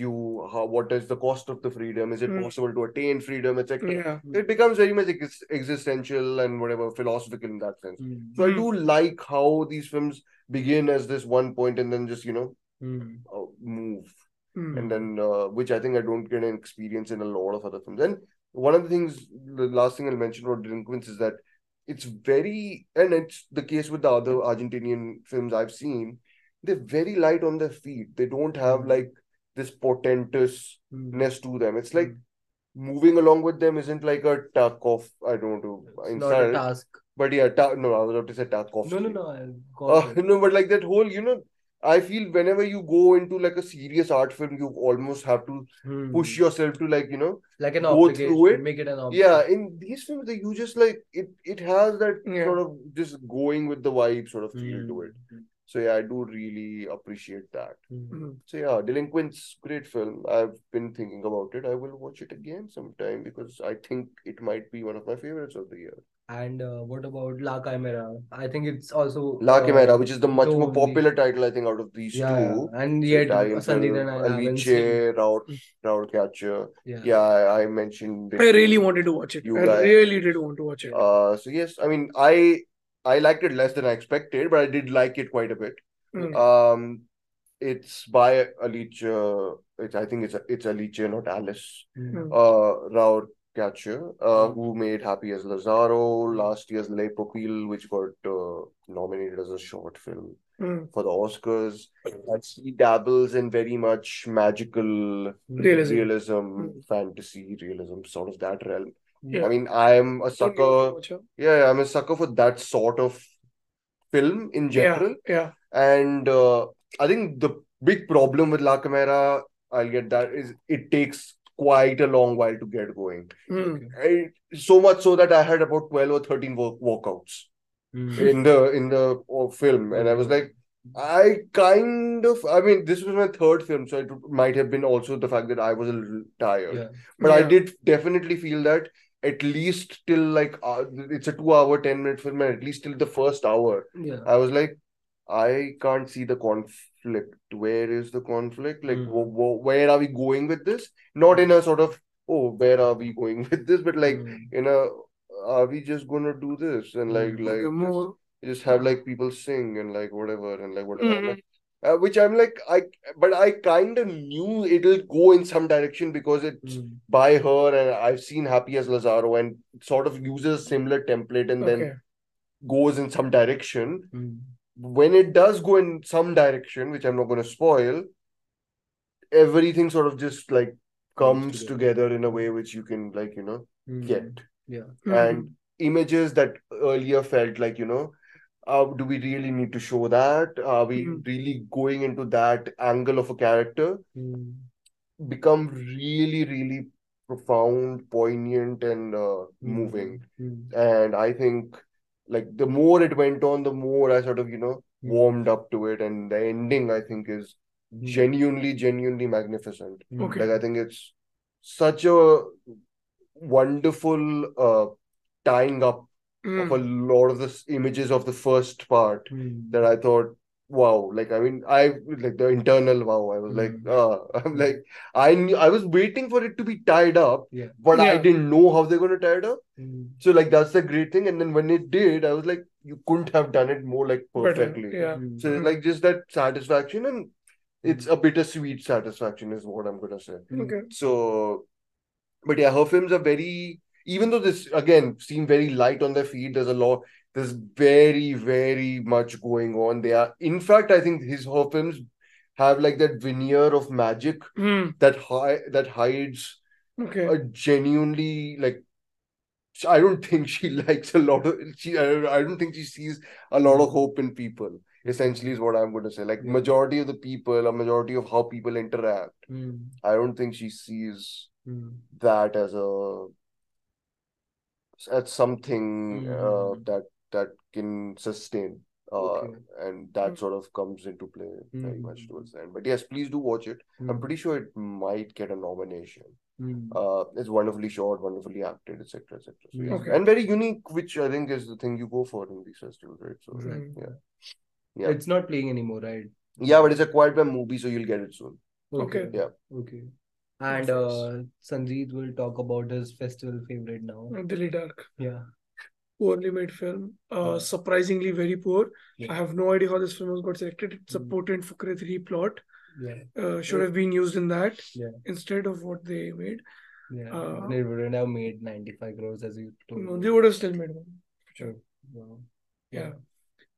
[SPEAKER 2] you how what is the cost of the freedom is it
[SPEAKER 1] Mm.
[SPEAKER 2] possible to attain freedom etc
[SPEAKER 1] yeah.
[SPEAKER 2] it becomes very much ex- existential and whatever philosophical in that sense
[SPEAKER 3] Mm.
[SPEAKER 2] so i
[SPEAKER 1] Mm.
[SPEAKER 2] do like how these films begin as this one point and then just you know
[SPEAKER 3] Mm.
[SPEAKER 2] uh, move
[SPEAKER 1] Mm.
[SPEAKER 2] and
[SPEAKER 3] Mm-hmm.
[SPEAKER 2] then uh, which I think I don't get an experience in a lot of other films. And one of the things, the last thing I'll mention about Delinquents is that it's very, and it's the case with the other Argentinian films I've seen. They're very light on their feet. They don't have
[SPEAKER 3] Mm-hmm.
[SPEAKER 2] like this portentousness to them. It's like
[SPEAKER 3] Mm-hmm.
[SPEAKER 2] moving along with them isn't like a tuck off. I don't know
[SPEAKER 3] Not a
[SPEAKER 2] inside,
[SPEAKER 3] task.
[SPEAKER 2] but yeah, ta- no, I was about to say tuck off.
[SPEAKER 3] No, no, no. I've got
[SPEAKER 2] Uh,
[SPEAKER 3] it.
[SPEAKER 2] no, but like that whole, you know, I feel whenever you go into like a serious art film, you almost have to
[SPEAKER 3] Mm.
[SPEAKER 2] push yourself to like, you know,
[SPEAKER 3] like an
[SPEAKER 2] go through
[SPEAKER 3] obligation.
[SPEAKER 2] it.
[SPEAKER 3] Make it an obligation.
[SPEAKER 2] yeah. In these films, that you just like it. It has that
[SPEAKER 1] Yeah.
[SPEAKER 2] sort of just going with the vibe sort of feel to
[SPEAKER 3] Mm.
[SPEAKER 2] it. So yeah, I do really appreciate that.
[SPEAKER 3] Mm.
[SPEAKER 1] Mm.
[SPEAKER 2] So yeah, Delinquents, great film. I've been thinking about it. I will watch it again sometime because I think it might be one of my favorites of the year.
[SPEAKER 3] And uh, what about La Chimera? I think it's also
[SPEAKER 2] La
[SPEAKER 3] uh,
[SPEAKER 2] Chimera, which is the much
[SPEAKER 3] the
[SPEAKER 2] more
[SPEAKER 3] only-
[SPEAKER 2] popular title I think out of these
[SPEAKER 3] yeah, yeah.
[SPEAKER 2] two.
[SPEAKER 3] and
[SPEAKER 2] So
[SPEAKER 3] yet
[SPEAKER 2] Italian
[SPEAKER 3] Sandeep
[SPEAKER 2] film,
[SPEAKER 3] and I haven't
[SPEAKER 2] Alice,
[SPEAKER 3] seen.
[SPEAKER 2] Raul, Raul Catcher.
[SPEAKER 3] Yeah.
[SPEAKER 2] Yeah, I, I mentioned it.
[SPEAKER 1] I really wanted to watch it.
[SPEAKER 2] You
[SPEAKER 1] I
[SPEAKER 2] guys-
[SPEAKER 1] really did want to watch it.
[SPEAKER 2] Uh, so yes, I mean, I I liked it less than I expected, but I did like it quite a bit.
[SPEAKER 1] Mm.
[SPEAKER 2] Um, it's by Alice. It's I think it's it's Alice, not Alice.
[SPEAKER 3] Mm.
[SPEAKER 2] Uh, Raul Catcher, uh,
[SPEAKER 1] Hmm.
[SPEAKER 2] who made Happy as Lazaro last year's Le Pupil, which got uh, nominated as a short film
[SPEAKER 1] Mm.
[SPEAKER 2] for the Oscars.
[SPEAKER 1] Hmm.
[SPEAKER 2] And she dabbles in very much magical
[SPEAKER 1] Realism.
[SPEAKER 2] realism,
[SPEAKER 1] Hmm.
[SPEAKER 2] fantasy realism, sort of that realm.
[SPEAKER 1] Yeah.
[SPEAKER 2] I mean, I am
[SPEAKER 1] Don't you
[SPEAKER 2] a
[SPEAKER 1] want
[SPEAKER 2] sucker.
[SPEAKER 1] to watch her?
[SPEAKER 2] Yeah, yeah, I'm a sucker for that sort of film in
[SPEAKER 1] Yeah,
[SPEAKER 2] general.
[SPEAKER 1] yeah.
[SPEAKER 2] And uh, I think the big problem with La Camera, I'll get that, is it takes quite a long while to get going.
[SPEAKER 1] Mm.
[SPEAKER 2] I, so much so that I had about 12 or 13 walk- walkouts
[SPEAKER 3] Mm.
[SPEAKER 2] in the in the uh, film and i was like i kind of i mean this was my third film so it might have been also the fact that i was a little tired
[SPEAKER 3] Yeah.
[SPEAKER 2] but i
[SPEAKER 1] Yeah.
[SPEAKER 2] did definitely feel that at least till like uh, it's a two hour 10 minute film and at least till the first hour
[SPEAKER 3] Yeah.
[SPEAKER 2] i was like i can't see the conflict where is the conflict like
[SPEAKER 1] Hmm.
[SPEAKER 3] Mm.
[SPEAKER 2] wh- wh- where are we going with this not in a sort of oh where are we going with this but like
[SPEAKER 3] Mm.
[SPEAKER 1] Hmm.
[SPEAKER 2] in a are we just gonna do this and like
[SPEAKER 3] Mm.
[SPEAKER 2] like
[SPEAKER 1] Okay,
[SPEAKER 2] this-
[SPEAKER 1] more.
[SPEAKER 2] you just have like people sing and like whatever and like whatever I'm
[SPEAKER 1] Mhm.
[SPEAKER 2] like, uh, which i'm like i but i kind of knew it'll go in some direction because it's
[SPEAKER 3] Mm.
[SPEAKER 2] by her and i've seen happy as lazaro and sort of uses similar template and
[SPEAKER 1] Okay.
[SPEAKER 2] then goes in some direction
[SPEAKER 3] Mm.
[SPEAKER 2] when it does go in some direction which i'm not going to spoil everything sort of just like comes together Mm-hmm. in a way which you can like you know
[SPEAKER 3] Mm.
[SPEAKER 2] get
[SPEAKER 1] Mhm.
[SPEAKER 2] and images that earlier felt like you know uh, do we really need to show that are we
[SPEAKER 1] Mhm.
[SPEAKER 2] really going into that angle of a character
[SPEAKER 3] Mm.
[SPEAKER 2] become really really profound poignant and uh, moving
[SPEAKER 3] Mm.
[SPEAKER 2] and i think like the more it went on the more i sort of you know
[SPEAKER 1] Hmm.
[SPEAKER 3] Mhm.
[SPEAKER 2] warmed up to it and the ending i think is
[SPEAKER 3] Mhm.
[SPEAKER 2] genuinely genuinely magnificent
[SPEAKER 3] Mm.
[SPEAKER 1] Okay.
[SPEAKER 2] like I think it's such a wonderful uh, tying up of a
[SPEAKER 1] Mm.
[SPEAKER 2] lot of the s- images of the first part
[SPEAKER 3] Mm.
[SPEAKER 2] that I thought, wow, like I mean, I like the internal wow. I was like,
[SPEAKER 1] Hmm.
[SPEAKER 3] Mm.
[SPEAKER 2] ah, I'm like, I knew, I was waiting for it to be tied up,
[SPEAKER 3] Yeah.
[SPEAKER 2] but I
[SPEAKER 1] Yeah.
[SPEAKER 2] didn't know how they're gonna tie it up.
[SPEAKER 3] Mm.
[SPEAKER 2] So like that's the great thing. And then when it did, I was like, you couldn't have done it more like
[SPEAKER 1] Better.
[SPEAKER 2] perfectly.
[SPEAKER 1] Yeah. Mm-hmm.
[SPEAKER 3] Mm.
[SPEAKER 2] So it's like just that satisfaction, and it's a bittersweet satisfaction is what I'm gonna say.
[SPEAKER 3] Mm.
[SPEAKER 1] Hmm. Okay.
[SPEAKER 2] So, but yeah, her films are very, even though this again seem very light on their feet, there's a lot, there's very, very much going on. They are, in fact, I think his her films have like that veneer of magic
[SPEAKER 1] Mm.
[SPEAKER 2] that hi that hides
[SPEAKER 1] Okay.
[SPEAKER 2] a genuinely like. I don't think she likes a lot of she. I I don't think she sees a lot of hope in people. Essentially, is what I'm going to say. Like
[SPEAKER 3] Yeah.
[SPEAKER 2] majority of the people, a majority of how people interact.
[SPEAKER 3] Mm.
[SPEAKER 2] I don't think she sees
[SPEAKER 3] Mm.
[SPEAKER 2] that as a as something uh,
[SPEAKER 3] Mhm.
[SPEAKER 2] that that can sustain uh,
[SPEAKER 3] Okay.
[SPEAKER 2] and that
[SPEAKER 1] Mm.
[SPEAKER 2] sort of comes into play very
[SPEAKER 3] Mhm.
[SPEAKER 2] much towards the end. But yes, please do watch it. I'm
[SPEAKER 3] Mm.
[SPEAKER 2] pretty sure it might get a nomination.
[SPEAKER 3] Hmm.
[SPEAKER 2] Uh, it's wonderfully shot, wonderfully acted, etc., etc. So, yeah.
[SPEAKER 1] Okay.
[SPEAKER 2] And very unique, which I think is the thing you go for in these festivals, right? So,
[SPEAKER 1] Right.
[SPEAKER 2] yeah. Yeah.
[SPEAKER 3] It's not playing anymore, right?
[SPEAKER 2] Yeah, but it's acquired by movie, so you'll get it soon.
[SPEAKER 1] Okay.
[SPEAKER 2] Yeah.
[SPEAKER 3] Okay. And
[SPEAKER 1] Perfect.
[SPEAKER 3] uh, Sanjeev will talk about his festival favorite now.
[SPEAKER 1] Dilly Dark.
[SPEAKER 3] Yeah.
[SPEAKER 1] Poorly made film. Uh,
[SPEAKER 3] Yeah.
[SPEAKER 1] surprisingly very poor.
[SPEAKER 3] Oh. Yeah.
[SPEAKER 1] I have no idea how this film was got selected. It's a
[SPEAKER 3] Mm.
[SPEAKER 1] potent Fukre 3 plot.
[SPEAKER 3] Yeah.
[SPEAKER 1] Uh, should have been used in that
[SPEAKER 3] Yeah.
[SPEAKER 1] instead of what they made.
[SPEAKER 3] Yeah.
[SPEAKER 1] Uh,
[SPEAKER 3] and it wouldn't have made 95 crores as you told
[SPEAKER 1] No,
[SPEAKER 3] me.
[SPEAKER 1] they would have still made one.
[SPEAKER 3] Sure. Wow.
[SPEAKER 1] Yeah.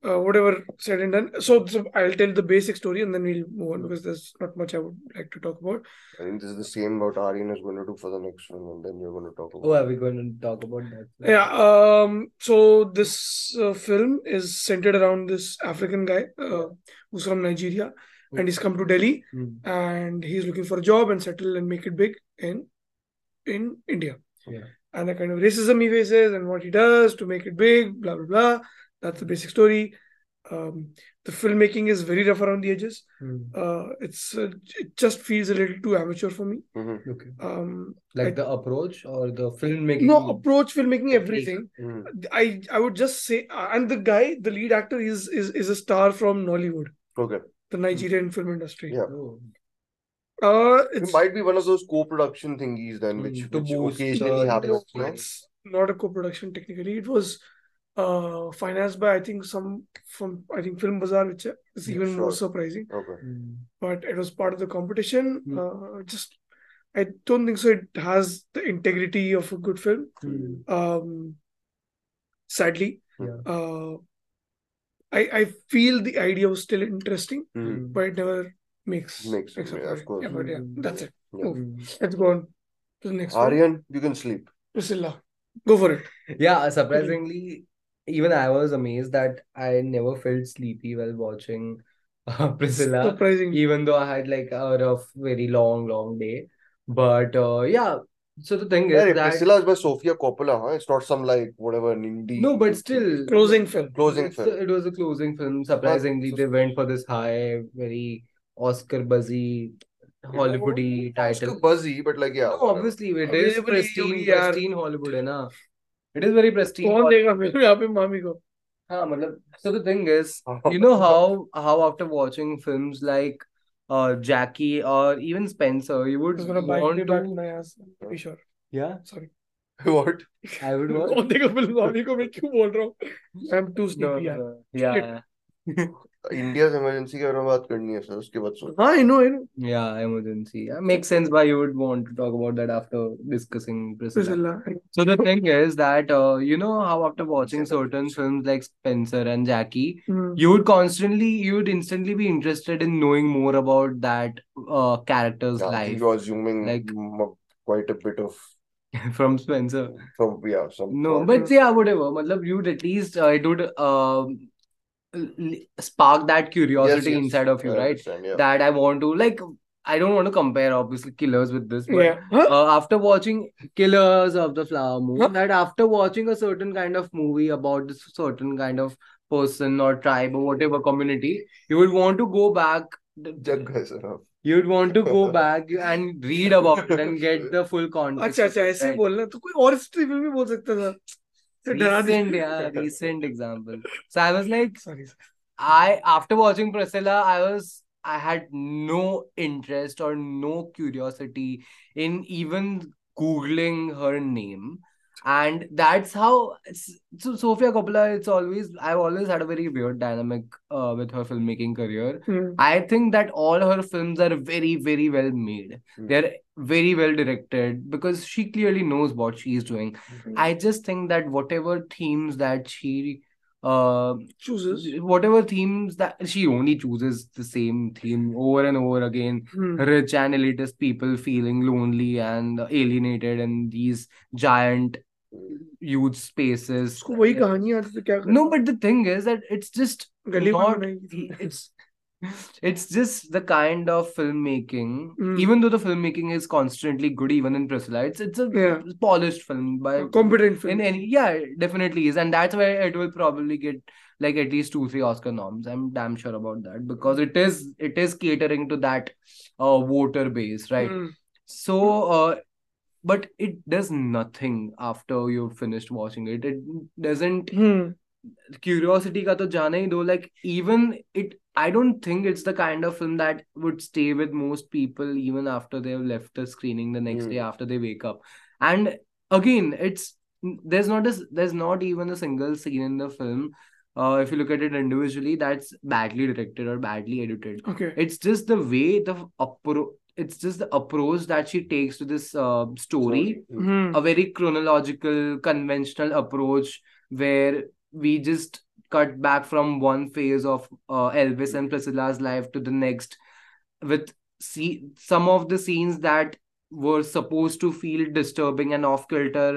[SPEAKER 1] Uh, whatever said and done. So, so I'll tell the basic story and then we'll move
[SPEAKER 3] Hmm.
[SPEAKER 1] on because there's not much I would like to talk about.
[SPEAKER 2] I think this is the same what Aryan is going to do for the next one, and then you're going to talk about
[SPEAKER 3] Oh, are
[SPEAKER 2] it.
[SPEAKER 3] we going to talk about that?
[SPEAKER 1] Yeah. Um. So this uh, film is centered around this African guy uh, who's from Nigeria, and he's come to Delhi,
[SPEAKER 3] Hmm.
[SPEAKER 1] and he's looking for a job and settle and make it big in in India.
[SPEAKER 3] Yeah.
[SPEAKER 1] And the kind of racism he faces and what he does to make it big, blah blah blah. That's the basic story. Um, the filmmaking is very rough around the edges.
[SPEAKER 3] Hmm.
[SPEAKER 1] Uh, it's uh, it just feels a little too amateur for me.
[SPEAKER 2] Mhm,
[SPEAKER 3] Okay.
[SPEAKER 1] Um,
[SPEAKER 3] Like
[SPEAKER 1] I-
[SPEAKER 3] the approach or the filmmaking?
[SPEAKER 2] Mm-hmm.
[SPEAKER 1] no approach, filmmaking, everything.
[SPEAKER 2] mhm.
[SPEAKER 1] I I would just say, uh, and the guy, the lead actor, is is is a star from Nollywood,
[SPEAKER 2] Okay.
[SPEAKER 1] the Nigerian film industry.
[SPEAKER 2] Yeah.
[SPEAKER 3] Oh,
[SPEAKER 1] Uh,
[SPEAKER 2] It
[SPEAKER 1] it's
[SPEAKER 2] might be one of those co-production thingies then, which,
[SPEAKER 3] Mm, to
[SPEAKER 2] which
[SPEAKER 3] boost
[SPEAKER 2] occasionally
[SPEAKER 3] the-
[SPEAKER 2] happens.
[SPEAKER 3] the-
[SPEAKER 2] no?
[SPEAKER 1] it's not a co-production technically. It was uh financed by I think some from I think Film Bazaar, which is
[SPEAKER 3] Yeah,
[SPEAKER 1] even more
[SPEAKER 2] sure.
[SPEAKER 1] surprising.
[SPEAKER 2] Okay.
[SPEAKER 3] hmm.
[SPEAKER 1] But it was part of the competition.
[SPEAKER 3] Hmm.
[SPEAKER 1] Uh, just I don't think so. It has the integrity of a good film.
[SPEAKER 3] Hmm.
[SPEAKER 1] um sadly
[SPEAKER 3] Yeah.
[SPEAKER 1] uh i i feel the idea was still interesting
[SPEAKER 3] Hmm.
[SPEAKER 2] Mhm.
[SPEAKER 1] but it never makes
[SPEAKER 2] Makes sense,
[SPEAKER 1] up
[SPEAKER 2] yeah,
[SPEAKER 1] for
[SPEAKER 2] of
[SPEAKER 1] it.
[SPEAKER 2] course.
[SPEAKER 1] yeah, but yeah
[SPEAKER 3] Mm.
[SPEAKER 1] that's it
[SPEAKER 2] Yeah.
[SPEAKER 3] Hmm.
[SPEAKER 1] let's go on to the next
[SPEAKER 3] Mm.
[SPEAKER 1] one
[SPEAKER 2] Aryan, you can sleep.
[SPEAKER 1] priscilla go for it
[SPEAKER 3] Yeah, surprisingly, even I was amazed that I never felt sleepy while watching uh, Priscilla,
[SPEAKER 1] surprising
[SPEAKER 3] even though I had like a rough, very long, long day. But uh, yeah, so the thing is
[SPEAKER 2] Yeah,
[SPEAKER 3] that
[SPEAKER 2] Priscilla is by Sofia Coppola, huh? It's not some like whatever an indie.
[SPEAKER 3] no, but still,
[SPEAKER 1] closing film
[SPEAKER 2] closing
[SPEAKER 3] it's-
[SPEAKER 2] film.
[SPEAKER 3] it was a closing film. Surprisingly, they went for this high, very Oscar buzzy, Hollywoody
[SPEAKER 2] Oscar
[SPEAKER 3] title.
[SPEAKER 2] buzzy, but like yeah.
[SPEAKER 3] No,
[SPEAKER 2] whatever.
[SPEAKER 3] obviously, it
[SPEAKER 1] अभी
[SPEAKER 3] is
[SPEAKER 1] ये बोली
[SPEAKER 3] pristine,
[SPEAKER 1] होगी यार।
[SPEAKER 3] pristine Hollywood, है ना? It is very pristine
[SPEAKER 1] कौन देगा film यहाँ पे मामी को
[SPEAKER 3] हाँ मतलब so the thing is you know how how after watching films like uh Jackie or even Spencer you would
[SPEAKER 1] It's gonna bite
[SPEAKER 3] want
[SPEAKER 1] me
[SPEAKER 3] to
[SPEAKER 1] back in my ass. Be sure.
[SPEAKER 3] yeah
[SPEAKER 1] Sorry.
[SPEAKER 2] what?
[SPEAKER 3] I would want
[SPEAKER 1] कौन देगा film मामी को मैं क्यों बोल रहा हूँ? I'm too
[SPEAKER 3] no,
[SPEAKER 1] sleepy.
[SPEAKER 3] no, yeah yeah
[SPEAKER 2] India's emergency के बारे में बात करनी है सर उसके बाद सो
[SPEAKER 1] हाँ, I know, I know.
[SPEAKER 3] yeah emergency yeah, makes sense why you would want to talk about that after discussing Priscilla
[SPEAKER 1] Priscilla.
[SPEAKER 3] So the thing is that uh, you know how after watching certain films like Spencer and Jackie,
[SPEAKER 1] Hmm.
[SPEAKER 3] you would constantly, you would instantly be interested in knowing more about that uh, character's
[SPEAKER 2] yeah, I think
[SPEAKER 3] life
[SPEAKER 2] you're assuming
[SPEAKER 3] Like-
[SPEAKER 2] m- quite a bit of
[SPEAKER 3] from Spencer.
[SPEAKER 2] from yeah some
[SPEAKER 3] No,
[SPEAKER 2] plot.
[SPEAKER 3] but yeah, whatever. Matlab, you'd at least uh, it would um, l- l- spark that
[SPEAKER 2] Yes,
[SPEAKER 3] curiosity
[SPEAKER 2] yes.
[SPEAKER 3] inside of you,
[SPEAKER 2] I
[SPEAKER 3] right?
[SPEAKER 2] understand, yeah.
[SPEAKER 3] That I want to like. I don't want to compare obviously killers with this, but
[SPEAKER 1] Yeah. हाँ? Huh?
[SPEAKER 3] uh, after watching Killers of the Flower Moon, that after watching a certain kind of movie about this certain kind of person or tribe or whatever community, you would want to go back.
[SPEAKER 2] Jug है sir आप
[SPEAKER 3] You would want to go back and read about it and get the full context.
[SPEAKER 1] अच्छा अच्छा
[SPEAKER 3] of it,
[SPEAKER 1] ऐसे
[SPEAKER 3] Um, right?
[SPEAKER 1] बोलना तो कोई और stream में भी बोल सकता था तो डरा दे
[SPEAKER 3] recent yeah recent example so i was like
[SPEAKER 1] sorry
[SPEAKER 3] i after watching priscilla i was i had no interest or no curiosity in even googling her name and that's how so sofia coppola it's always i've always had a very weird dynamic uh, with her filmmaking career i think that all her films are very very well made
[SPEAKER 2] Hmm.
[SPEAKER 3] they're very well directed because she clearly knows what she's doing
[SPEAKER 1] Hmm.
[SPEAKER 3] I just think that whatever themes that she uh
[SPEAKER 1] chooses
[SPEAKER 3] whatever themes that she only chooses the same theme over and over
[SPEAKER 1] Hmm.
[SPEAKER 3] again rich and elitist people feeling lonely and alienated in these giant huge spaces
[SPEAKER 1] उसको वही कहानी आती तो क्या
[SPEAKER 3] no but the thing is that it's just
[SPEAKER 1] गली में
[SPEAKER 3] not-
[SPEAKER 1] बनाएगी तो।
[SPEAKER 3] it's it's just the kind of filmmaking
[SPEAKER 1] Mm.
[SPEAKER 3] even though the filmmaking is constantly good even in priscilla it's it's a
[SPEAKER 1] Yeah.
[SPEAKER 3] polished film by
[SPEAKER 1] competent
[SPEAKER 3] in
[SPEAKER 1] film
[SPEAKER 3] any yeah it definitely is and that's where it will probably get like at least two three oscar noms i'm damn sure about that because it
[SPEAKER 1] Hmm.
[SPEAKER 3] is it is catering to that uh voter base right so uh but it does nothing after you've finished watching it. It doesn't
[SPEAKER 1] Hmm.
[SPEAKER 3] curiosity ka to jana hi do. Like even it, I don't think it's the kind of film that would stay with most people even after they've left the screening the next
[SPEAKER 2] Hmm.
[SPEAKER 3] day after they wake up. And again, it's there's not a, there's not even a single scene in the film. Uh, if you look at it individually, that's badly directed or badly edited
[SPEAKER 1] Okay.
[SPEAKER 3] it's just the way the appro- it's just the approach that she takes to this uh, story
[SPEAKER 2] Sorry.
[SPEAKER 1] Hmm.
[SPEAKER 3] a very chronological conventional approach where we just cut back from one phase of uh, elvis and priscilla's life to the next with see some of the scenes that were supposed to feel disturbing and off kilter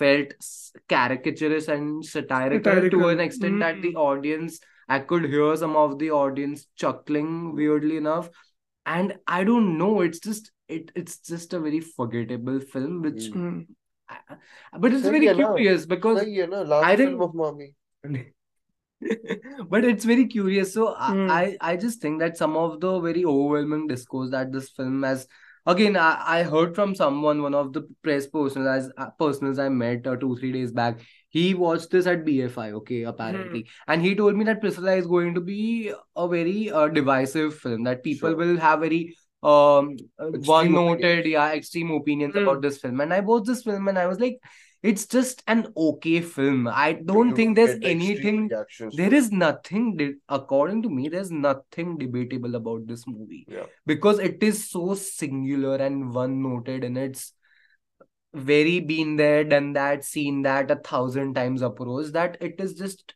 [SPEAKER 3] felt s- caricaturish and satirical, to
[SPEAKER 1] Satirical.
[SPEAKER 3] an extent that the audience i could hear some of the audience chuckling weirdly enough and i don't know it's just it it's just a very forgettable film which
[SPEAKER 2] Mm.
[SPEAKER 1] Hmm.
[SPEAKER 3] but it's
[SPEAKER 2] सही
[SPEAKER 3] very
[SPEAKER 2] है ना?
[SPEAKER 3] curious because
[SPEAKER 2] सही है ना last
[SPEAKER 3] I
[SPEAKER 2] film
[SPEAKER 3] didn't-
[SPEAKER 2] of Mami
[SPEAKER 3] but it's very curious so I,
[SPEAKER 1] Hmm.
[SPEAKER 3] I i just think that some of the very overwhelming discourse that this film has again i, I heard from someone one of the press personal as uh, personals i met uh, two three days back he watched this at bfi okay apparently and he told me that priscilla is going to be a very uh, divisive film that people
[SPEAKER 2] Sure.
[SPEAKER 3] will have very um one
[SPEAKER 2] Extreme
[SPEAKER 3] noted yeah extreme opinions
[SPEAKER 1] Hmm.
[SPEAKER 3] about this film and i watched this film and i was like it's just an okay film i don't
[SPEAKER 2] You
[SPEAKER 3] think there's
[SPEAKER 2] get the extreme
[SPEAKER 3] anything
[SPEAKER 2] reactions to
[SPEAKER 3] there
[SPEAKER 2] it.
[SPEAKER 3] is nothing de- according to me there's nothing debatable about this movie
[SPEAKER 2] Yeah.
[SPEAKER 3] because it is so singular and one noted in its very been there done that seen that a thousand times approach that it is just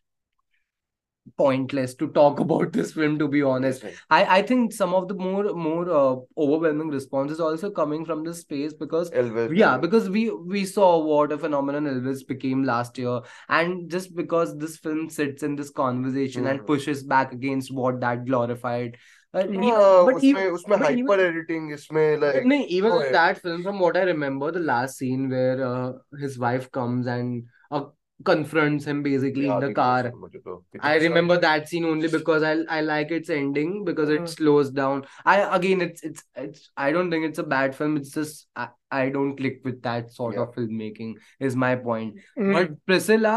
[SPEAKER 3] pointless to talk about this film to be honest i i think some of the more more uh, overwhelming responses also coming from this space because
[SPEAKER 2] Elvis
[SPEAKER 3] yeah because we we saw what a phenomenon elvis became last year and just because this film sits in this conversation and
[SPEAKER 2] Mhm.
[SPEAKER 3] pushes back against what that glorified uh,
[SPEAKER 1] Mhm.
[SPEAKER 3] even-
[SPEAKER 2] हाँ,
[SPEAKER 3] but
[SPEAKER 2] उसमें
[SPEAKER 3] even
[SPEAKER 2] उसमें
[SPEAKER 3] but even-
[SPEAKER 2] hyper editing इसमें
[SPEAKER 3] but
[SPEAKER 2] like
[SPEAKER 3] no, even
[SPEAKER 2] oh,
[SPEAKER 3] in
[SPEAKER 2] yeah.
[SPEAKER 3] that film, from what I remember, the last scene where uh, his wife comes and uh, confronts him basically in
[SPEAKER 2] याद
[SPEAKER 3] the
[SPEAKER 2] ही नहीं
[SPEAKER 3] car.
[SPEAKER 2] है मुझे तो कितना
[SPEAKER 3] I
[SPEAKER 2] अच्छा
[SPEAKER 3] remember that scene only because I I like its ending because it
[SPEAKER 1] Uh.
[SPEAKER 3] slows down. I again it's it's it's I don't think it's a bad film. It's just I, I don't click with that sort
[SPEAKER 2] Yeah.
[SPEAKER 3] of filmmaking is my point.
[SPEAKER 1] Hmm.
[SPEAKER 3] But Priscilla,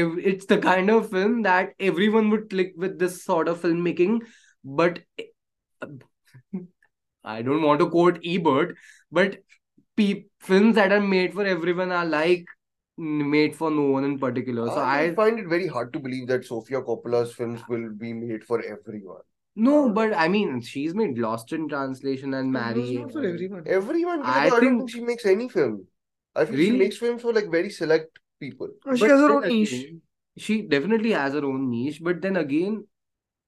[SPEAKER 3] ev- it's the kind of film that everyone would click with this sort of filmmaking. But eh, I don't want to quote Ebert, but pe- films that are made for everyone are like n- made for no one in particular. So
[SPEAKER 2] I,
[SPEAKER 3] I
[SPEAKER 2] find it very hard to believe that Sofia Coppola's films will be made for everyone.
[SPEAKER 1] Uh,
[SPEAKER 3] no, but I mean she's made Lost in Translation and
[SPEAKER 1] Hmm. It was
[SPEAKER 3] Marry.
[SPEAKER 1] not for everyone.
[SPEAKER 2] Everyone, because
[SPEAKER 3] I
[SPEAKER 2] I, don't
[SPEAKER 3] think-
[SPEAKER 2] think she makes any film. I think she
[SPEAKER 3] Really?
[SPEAKER 2] makes films for like very select people.
[SPEAKER 1] She
[SPEAKER 3] But
[SPEAKER 1] has her
[SPEAKER 3] then
[SPEAKER 1] own niche.
[SPEAKER 3] again, She definitely has her own niche, but then again,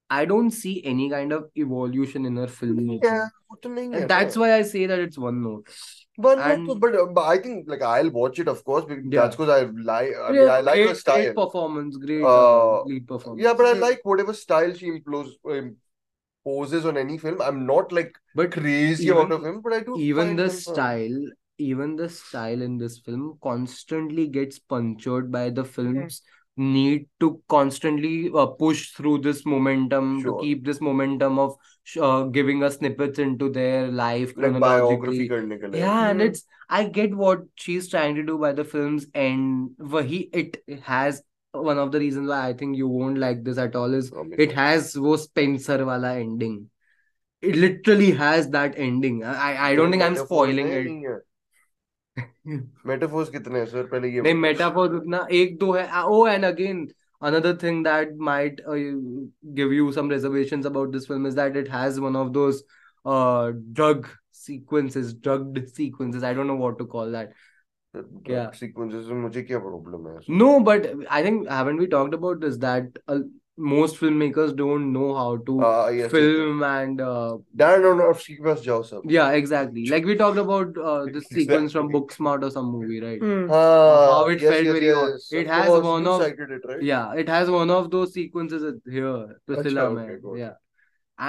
[SPEAKER 3] I don't see any kind of evolution in her filmmaking.
[SPEAKER 2] Yeah, what the name?
[SPEAKER 3] And that's why I say that it's one note.
[SPEAKER 2] But,
[SPEAKER 3] and-
[SPEAKER 2] but, but, but I think like I'll watch it, of course, because
[SPEAKER 3] Yeah.
[SPEAKER 2] that's because I like I, mean, I like
[SPEAKER 3] great,
[SPEAKER 2] her
[SPEAKER 3] great
[SPEAKER 2] style.
[SPEAKER 3] performance, great
[SPEAKER 2] Uh,
[SPEAKER 3] uh, lead performance.
[SPEAKER 2] Yeah, but I
[SPEAKER 1] Mm.
[SPEAKER 2] like whatever style she implos- imposes on any film. I'm not like
[SPEAKER 3] but
[SPEAKER 2] crazy
[SPEAKER 3] even-
[SPEAKER 2] about her film, but I do
[SPEAKER 3] even
[SPEAKER 2] find
[SPEAKER 3] the
[SPEAKER 2] them fun.
[SPEAKER 3] style even the style in this film constantly gets punctured by the film's
[SPEAKER 2] Hmm.
[SPEAKER 3] need to constantly uh, push through this momentum
[SPEAKER 2] Sure.
[SPEAKER 3] to keep this momentum of sh- uh, giving us snippets into their life
[SPEAKER 2] like
[SPEAKER 3] chronologically
[SPEAKER 2] biography करने के लिए
[SPEAKER 3] yeah and
[SPEAKER 1] Mhm.
[SPEAKER 3] it's i get what she's trying to do by the film's end वही it has one of the reasons why i think you won't like this at all is
[SPEAKER 2] Obviously.
[SPEAKER 3] it has wo spencer wala ending it literally has that ending i i I don't think i'm
[SPEAKER 2] Metaphors
[SPEAKER 3] spoiling
[SPEAKER 2] है,
[SPEAKER 3] it
[SPEAKER 2] नहीं है। Metaphors कितने हैं sir पहले ये
[SPEAKER 3] नहीं
[SPEAKER 2] बताओ।
[SPEAKER 3] Metaphor उतना एक दो है oh and again another thing that might uh, give you some reservations about this film is that it has one of those uh drug sequences drugged sequences i don't know what to call that Yeah.
[SPEAKER 2] तो Sequences में मुझे क्या problem है sir?
[SPEAKER 3] No, but I think haven't we talked about this that uh, most filmmakers don't know how to
[SPEAKER 2] Ah, yes, yes,
[SPEAKER 3] film and uh,
[SPEAKER 2] yes. Darren Aronofsky के पास जाओ सब
[SPEAKER 3] yeah, exactly. Like we talked about uh, the sequence from
[SPEAKER 2] Exactly.
[SPEAKER 3] Booksmart or some movie, right?
[SPEAKER 1] Hmm.
[SPEAKER 2] हाँ,
[SPEAKER 3] How it
[SPEAKER 2] yes,
[SPEAKER 3] felt
[SPEAKER 2] yes,
[SPEAKER 3] very odd.
[SPEAKER 2] yes.
[SPEAKER 3] It
[SPEAKER 2] Of
[SPEAKER 3] has
[SPEAKER 2] course,
[SPEAKER 3] one
[SPEAKER 2] you
[SPEAKER 3] of-
[SPEAKER 2] cited it, right?
[SPEAKER 3] Yeah, it has one of those sequences here,
[SPEAKER 2] Acha,
[SPEAKER 3] Priscilla,
[SPEAKER 2] okay,
[SPEAKER 3] man.
[SPEAKER 2] got it.
[SPEAKER 3] Yeah,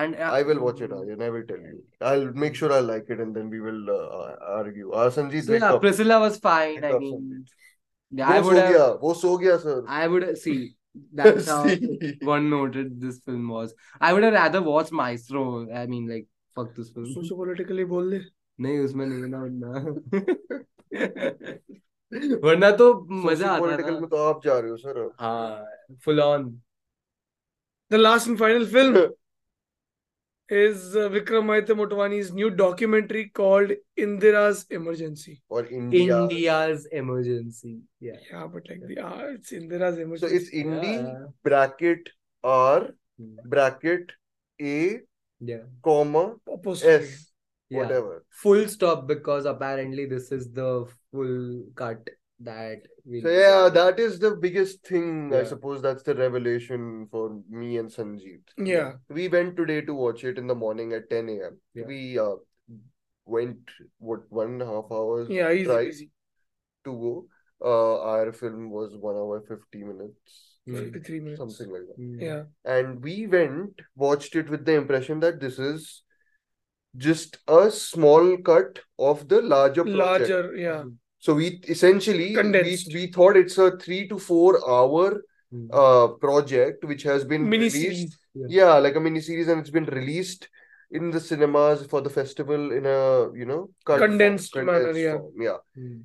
[SPEAKER 3] and uh,
[SPEAKER 2] I will watch it, Aryan. I will tell you. I'll make sure I like it and then we will uh, argue. Uh, Sanjeev,
[SPEAKER 3] so
[SPEAKER 2] wake
[SPEAKER 3] yeah,
[SPEAKER 2] up.
[SPEAKER 3] Priscilla was fine.
[SPEAKER 2] Wake
[SPEAKER 3] I
[SPEAKER 2] up,
[SPEAKER 3] mean,
[SPEAKER 2] Sanjeev. वो
[SPEAKER 3] yeah, I
[SPEAKER 2] so
[SPEAKER 3] would have, अच्छा,
[SPEAKER 2] गया, वो सो गया sir.
[SPEAKER 3] I would see. That's how.
[SPEAKER 2] See?
[SPEAKER 3] one noted this film was. I would have rather watched Maestro. I mean, like, fuck this film.
[SPEAKER 1] Socio-politically बोल दे
[SPEAKER 3] नहीं उसमें नहीं है ना वरना वरना तो मजा आता
[SPEAKER 2] पॉलिटिकल
[SPEAKER 3] ना
[SPEAKER 2] में तो आप जा रहे हो सर
[SPEAKER 3] हाँ full on
[SPEAKER 1] The last and final film is uh, Vikram Mahitya Motwani's new documentary called Indira's Emergency.
[SPEAKER 2] और इंडिया
[SPEAKER 3] इंडियाज इमरजेंसी या
[SPEAKER 1] Yeah, but like the ah, it's Indira's
[SPEAKER 2] so
[SPEAKER 1] Emergency.
[SPEAKER 2] it's Indy bracket R
[SPEAKER 3] Hmm.
[SPEAKER 2] bracket A
[SPEAKER 3] या
[SPEAKER 2] comma
[SPEAKER 1] Apostrophe.
[SPEAKER 2] S whatever.
[SPEAKER 3] full stop because apparently this is the full cut that we
[SPEAKER 2] So yeah, that is the biggest thing. I
[SPEAKER 3] Yeah.
[SPEAKER 2] suppose that's the revelation for me and Sanjeev.
[SPEAKER 1] Yeah.
[SPEAKER 2] We went today to watch it in the morning at 10 a.m.
[SPEAKER 3] Yeah.
[SPEAKER 2] We uh, went what one and a half hours
[SPEAKER 1] Yeah, easy,
[SPEAKER 2] Right.
[SPEAKER 1] easy.
[SPEAKER 2] to go. Uh, our film was one hour 50 minutes,
[SPEAKER 3] Mm.
[SPEAKER 1] 53 minutes.
[SPEAKER 2] something like that.
[SPEAKER 3] Mm.
[SPEAKER 1] Yeah.
[SPEAKER 2] and we went watched it with the impression that this is just a small cut of the larger project.
[SPEAKER 1] Larger,
[SPEAKER 3] Hmm.
[SPEAKER 1] yeah.
[SPEAKER 2] So we essentially we,
[SPEAKER 1] Condensed.
[SPEAKER 2] we thought it's a three to four hour
[SPEAKER 3] Mm.
[SPEAKER 2] uh project which has been
[SPEAKER 1] Mini
[SPEAKER 2] Mm-hmm. released.
[SPEAKER 1] series.
[SPEAKER 2] Yeah, like a mini series, and it's been released in the cinemas for the festival in a you know cut form,
[SPEAKER 1] Condensed manner, yeah.
[SPEAKER 2] form, yeah.
[SPEAKER 3] Mm.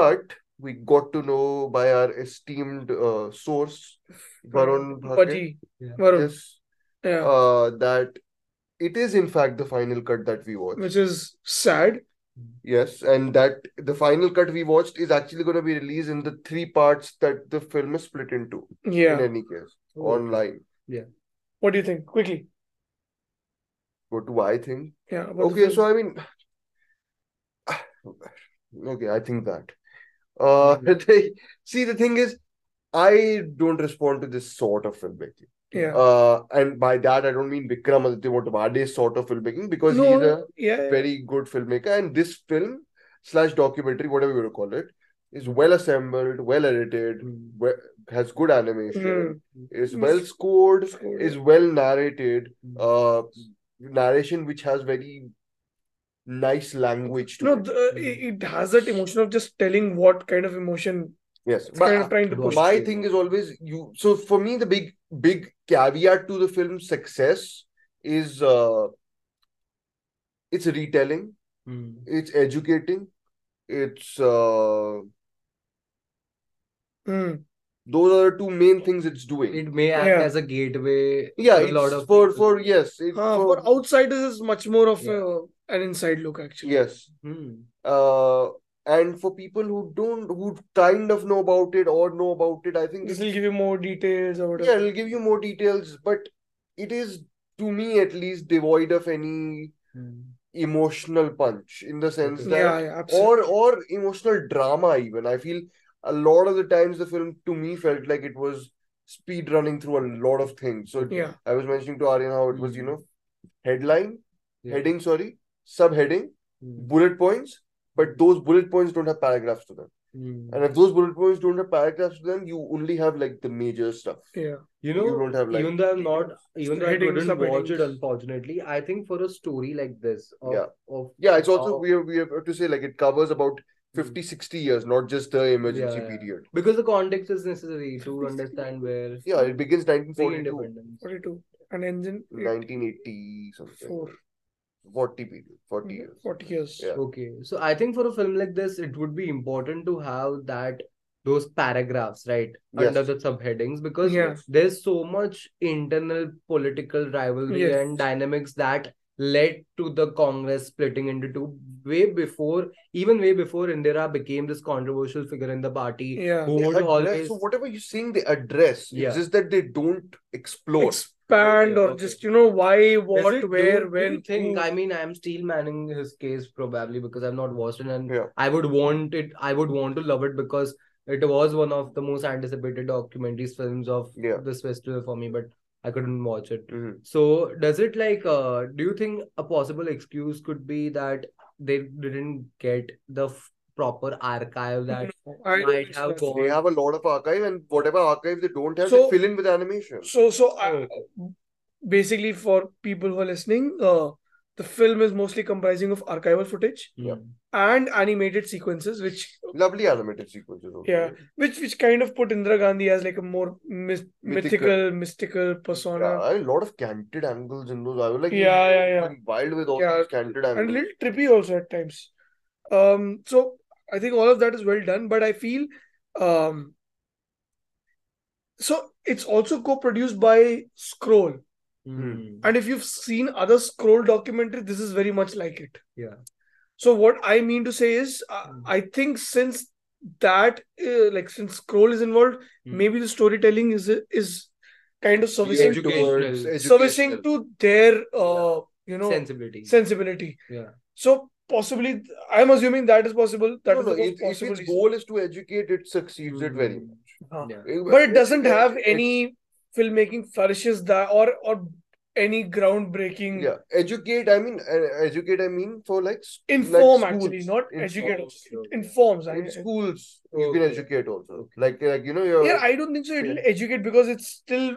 [SPEAKER 2] But we got to know by our esteemed uh, source, Varun Bhake.
[SPEAKER 1] Paji.
[SPEAKER 3] Yeah.
[SPEAKER 1] Varun.
[SPEAKER 2] Yes,
[SPEAKER 1] Yeah.
[SPEAKER 2] uh, that it is in fact the final cut that we watched.
[SPEAKER 1] Which is sad.
[SPEAKER 2] Yes, and that the final cut we watched is actually going to be released in the three parts that the film is split into, in
[SPEAKER 1] Yeah.
[SPEAKER 2] any case,
[SPEAKER 3] Oh,
[SPEAKER 2] online.
[SPEAKER 1] What do you think? Quickly.
[SPEAKER 2] What do I think?
[SPEAKER 1] Yeah. about the
[SPEAKER 2] Okay,
[SPEAKER 1] film.
[SPEAKER 2] so I mean, okay, I think that. Uh,
[SPEAKER 1] Mm-hmm.
[SPEAKER 2] they, see, the thing is, I don't respond to this sort of filmmaking.
[SPEAKER 1] yeah.
[SPEAKER 2] Uh, and by that, I don't mean Vikram Aditya Motwade's sort of filmmaking because
[SPEAKER 1] no,
[SPEAKER 2] he's a
[SPEAKER 1] yeah, yeah.
[SPEAKER 2] very good filmmaker and this film slash documentary whatever you want to call it is well assembled well edited
[SPEAKER 1] Mm-hmm.
[SPEAKER 3] Mm.
[SPEAKER 2] well, has good animation
[SPEAKER 1] Mm.
[SPEAKER 2] is
[SPEAKER 1] Mm.
[SPEAKER 2] well scored
[SPEAKER 1] Scored, Hmm.
[SPEAKER 2] is well narrated
[SPEAKER 3] Mm.
[SPEAKER 2] uh narration which has very nice language to
[SPEAKER 1] No,
[SPEAKER 2] it.
[SPEAKER 1] the, uh, it it has that emotion of just telling what kind of emotion
[SPEAKER 2] yes
[SPEAKER 1] it's
[SPEAKER 2] but
[SPEAKER 1] kind of trying to
[SPEAKER 3] Got
[SPEAKER 1] push.
[SPEAKER 3] it.
[SPEAKER 2] my thing is always you so for me the big big caveat to the film's success is uh it's retelling
[SPEAKER 3] Mm.
[SPEAKER 2] it's educating it's uh
[SPEAKER 1] Hmm.
[SPEAKER 2] those are the two main things it's doing
[SPEAKER 3] It may act
[SPEAKER 1] Yeah.
[SPEAKER 3] as a gateway
[SPEAKER 2] yeah
[SPEAKER 3] to a
[SPEAKER 2] it's
[SPEAKER 3] lot of
[SPEAKER 2] for
[SPEAKER 3] people.
[SPEAKER 2] for yes it,
[SPEAKER 1] Uh,
[SPEAKER 2] for,
[SPEAKER 1] for outsiders, it's much more of
[SPEAKER 3] Oh. Yeah.
[SPEAKER 1] a, an inside look, actually.
[SPEAKER 2] yes
[SPEAKER 3] Mm.
[SPEAKER 2] uh and for people who don't who kind of know about it or know about it i think
[SPEAKER 1] This
[SPEAKER 2] it's,
[SPEAKER 1] will give you more details or
[SPEAKER 2] yeah
[SPEAKER 1] whatever.
[SPEAKER 2] it'll give you more details but it is to me at least devoid of any
[SPEAKER 3] Mm.
[SPEAKER 2] emotional punch in the sense
[SPEAKER 3] Okay.
[SPEAKER 2] that
[SPEAKER 1] yeah, Mm-hmm. yeah, absolutely.
[SPEAKER 2] or or emotional drama even i feel a lot of the times the film to me felt like it was speed running through a lot of things so
[SPEAKER 1] yeah, Mm-hmm.
[SPEAKER 2] I was mentioning to Aryan how it was, you
[SPEAKER 3] Mhm.
[SPEAKER 2] know, headline,
[SPEAKER 3] Yeah.
[SPEAKER 2] heading, sorry, subheading,
[SPEAKER 3] Mm.
[SPEAKER 2] bullet points, but those bullet points don't have paragraphs to them.
[SPEAKER 3] Mm.
[SPEAKER 2] And if those bullet points don't have paragraphs to them, you only have like the major stuff.
[SPEAKER 1] yeah.
[SPEAKER 3] You
[SPEAKER 2] You
[SPEAKER 3] know,
[SPEAKER 2] don't have like
[SPEAKER 3] even though I'm not, even though I
[SPEAKER 1] Headings,
[SPEAKER 3] couldn't watch it,
[SPEAKER 1] subheadings.
[SPEAKER 3] unfortunately, I think for a story like this of
[SPEAKER 2] Yeah.
[SPEAKER 3] of
[SPEAKER 2] yeah, it's also
[SPEAKER 3] how-
[SPEAKER 2] we have, we have to say like it covers about 50, 60 years, not just the emergency
[SPEAKER 3] Hmm. Yeah, yeah.
[SPEAKER 2] period.
[SPEAKER 3] because the context is necessary to understand where
[SPEAKER 2] Yeah, it begins
[SPEAKER 3] pre-independence.
[SPEAKER 2] 1942,
[SPEAKER 1] 42. An engine,
[SPEAKER 2] 1980 something,
[SPEAKER 1] four,
[SPEAKER 2] 40 period, 40
[SPEAKER 3] Hmm.
[SPEAKER 2] years.
[SPEAKER 1] 40 years.
[SPEAKER 2] Yeah.
[SPEAKER 3] Okay, so I think for a film like this, it would be important to have that those paragraphs, right,
[SPEAKER 2] Yes.
[SPEAKER 3] under the subheadings because
[SPEAKER 1] Yeah.
[SPEAKER 3] there's so much internal political rivalry
[SPEAKER 1] Yes.
[SPEAKER 3] and dynamics that led to the Congress splitting into two way before, even way before Indira became this controversial figure in the party
[SPEAKER 1] Yeah.
[SPEAKER 3] who
[SPEAKER 2] They
[SPEAKER 3] would
[SPEAKER 2] address-
[SPEAKER 3] always
[SPEAKER 2] so whatever you're saying, they address.
[SPEAKER 3] Yeah.
[SPEAKER 2] It's just that they don't explore.
[SPEAKER 1] Expand
[SPEAKER 3] Okay,
[SPEAKER 1] or
[SPEAKER 3] okay.
[SPEAKER 1] just, you know, why,
[SPEAKER 3] Is
[SPEAKER 1] what,
[SPEAKER 3] it? Do-
[SPEAKER 1] where,
[SPEAKER 3] do you
[SPEAKER 1] when,
[SPEAKER 3] think?
[SPEAKER 1] who.
[SPEAKER 3] I mean, I'm still manning his case probably because I've not watched it, and
[SPEAKER 2] Yeah.
[SPEAKER 3] I would want it. I would want to love it because it was one of the most anticipated documentaries films of
[SPEAKER 2] Yeah.
[SPEAKER 3] this festival for me, but I couldn't watch it.
[SPEAKER 2] Mhm.
[SPEAKER 3] So, does it like? Uh, do you think a possible excuse could be that they didn't get the f- proper archive that?
[SPEAKER 1] I
[SPEAKER 3] might have
[SPEAKER 1] so,
[SPEAKER 2] They
[SPEAKER 3] Or-
[SPEAKER 2] have a lot of archive, and whatever archive they don't have,
[SPEAKER 1] So-
[SPEAKER 2] they fill in with animation.
[SPEAKER 3] Oh.
[SPEAKER 1] so, so I, basically, for people who are listening, uh, The film is mostly comprising of archival footage
[SPEAKER 2] Yeah.
[SPEAKER 1] and animated sequences, which
[SPEAKER 2] Lovely animated sequences. also.
[SPEAKER 1] Yeah. which which kind of put Indira Gandhi as like a more myth-
[SPEAKER 2] Mythical.
[SPEAKER 1] mythical, mystical
[SPEAKER 2] Yeah,
[SPEAKER 1] persona,
[SPEAKER 2] I mean, a lot of canted angles in those. I was like,
[SPEAKER 1] Yeah, yeah, yeah.
[SPEAKER 2] going wild with all
[SPEAKER 1] Yeah.
[SPEAKER 2] these canted
[SPEAKER 1] and a
[SPEAKER 2] angles.
[SPEAKER 1] little trippy also at times. Um, so I think all of that is well done, but I feel, um, so it's also co-produced by Scroll,
[SPEAKER 3] hmm,
[SPEAKER 2] Mm-hmm.
[SPEAKER 1] and if you've seen other Scroll documentary, this is very much like it.
[SPEAKER 3] Yeah.
[SPEAKER 1] So what I mean to say is, uh,
[SPEAKER 2] Hmm.
[SPEAKER 1] I think since that, uh, like since Scroll is involved,
[SPEAKER 2] Hmm.
[SPEAKER 3] Mm.
[SPEAKER 1] maybe the storytelling is is kind of
[SPEAKER 2] Geared
[SPEAKER 1] servicing
[SPEAKER 2] towards
[SPEAKER 3] Educational.
[SPEAKER 1] servicing
[SPEAKER 2] educational.
[SPEAKER 1] to their uh, you know
[SPEAKER 3] sensibility.
[SPEAKER 1] sensibility.
[SPEAKER 3] Yeah.
[SPEAKER 1] So possibly, I'm assuming that is possible. That
[SPEAKER 2] No,
[SPEAKER 1] is
[SPEAKER 2] no,
[SPEAKER 1] the most
[SPEAKER 2] if, if
[SPEAKER 1] possible
[SPEAKER 2] its
[SPEAKER 1] reason.
[SPEAKER 2] goal is to educate, it succeeds it very
[SPEAKER 3] Mhm.
[SPEAKER 2] much.
[SPEAKER 1] Huh.
[SPEAKER 3] Yeah.
[SPEAKER 1] but it doesn't have any filmmaking flourishes that or or any groundbreaking
[SPEAKER 2] Yeah, educate. I mean, uh, educate. I mean, for like s-
[SPEAKER 1] inform
[SPEAKER 2] like
[SPEAKER 1] actually,
[SPEAKER 2] schools.
[SPEAKER 1] not
[SPEAKER 2] In
[SPEAKER 3] Hmm.
[SPEAKER 1] educate.
[SPEAKER 2] schools,
[SPEAKER 1] It informs. I,
[SPEAKER 2] In schools, you can
[SPEAKER 3] Okay.
[SPEAKER 2] educate also. Like, like you know, your
[SPEAKER 1] yeah, I don't think so. It'll educate because it still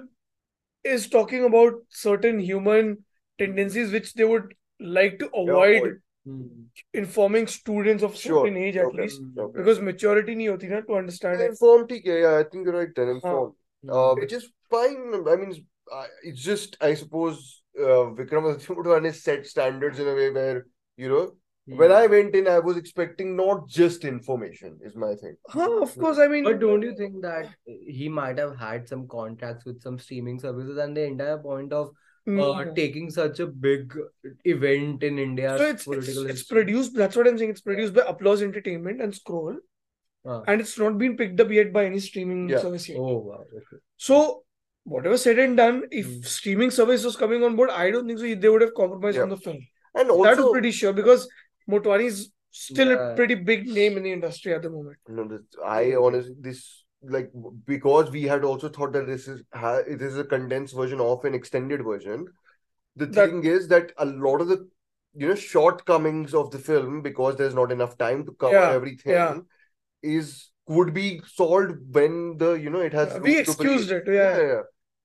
[SPEAKER 1] is talking about certain human tendencies which they would like to
[SPEAKER 2] your
[SPEAKER 1] avoid
[SPEAKER 2] point.
[SPEAKER 3] Mm.
[SPEAKER 1] informing students of
[SPEAKER 2] Sure.
[SPEAKER 1] certain age at
[SPEAKER 2] Okay.
[SPEAKER 1] least
[SPEAKER 3] Hmm.
[SPEAKER 2] Okay.
[SPEAKER 1] because maturity nahi hoti na to understand it.
[SPEAKER 2] inform. ठीक है, Yeah, I think you're right. Then inform. Uh, which is fine. I mean, it's, I it's just I suppose uh, Vikram Aditya has set standards in a way where you know
[SPEAKER 3] Hmm.
[SPEAKER 2] when I went in, I was expecting not just information. Is my thing.
[SPEAKER 1] Huh, of course, I mean,
[SPEAKER 3] But don't you think that he might have had some contracts with some streaming services and the entire point of uh,
[SPEAKER 1] Mm.
[SPEAKER 3] taking such a big event in India
[SPEAKER 1] so it's it's,
[SPEAKER 3] political
[SPEAKER 1] it's produced. That's what I'm saying. It's produced by Applause Entertainment and Scroll,
[SPEAKER 3] Ah.
[SPEAKER 1] and it's not been picked up yet by any streaming
[SPEAKER 2] Yeah.
[SPEAKER 1] service yet.
[SPEAKER 3] Oh wow. Okay.
[SPEAKER 1] So whatever said and done, if
[SPEAKER 3] Mm.
[SPEAKER 1] streaming service was coming on board, I don't think so. They would have compromised on
[SPEAKER 2] Yeah.
[SPEAKER 1] the film.
[SPEAKER 2] And
[SPEAKER 1] that was
[SPEAKER 2] also,
[SPEAKER 1] pretty sure because Motwani is still a
[SPEAKER 3] Yeah.
[SPEAKER 1] pretty big name in the industry at the moment.
[SPEAKER 2] No, this, I honestly this like w- because we had also thought that this is ha it is a condensed version of an extended version. The
[SPEAKER 1] That-
[SPEAKER 2] thing is that a lot of the you know shortcomings of the film because there's not enough time to cover
[SPEAKER 1] Yeah,
[SPEAKER 2] everything
[SPEAKER 1] yeah.
[SPEAKER 2] is would be solved when the you know it has
[SPEAKER 1] we
[SPEAKER 2] room to
[SPEAKER 1] excused
[SPEAKER 2] breathe.
[SPEAKER 1] it. Yeah.
[SPEAKER 2] yeah, yeah.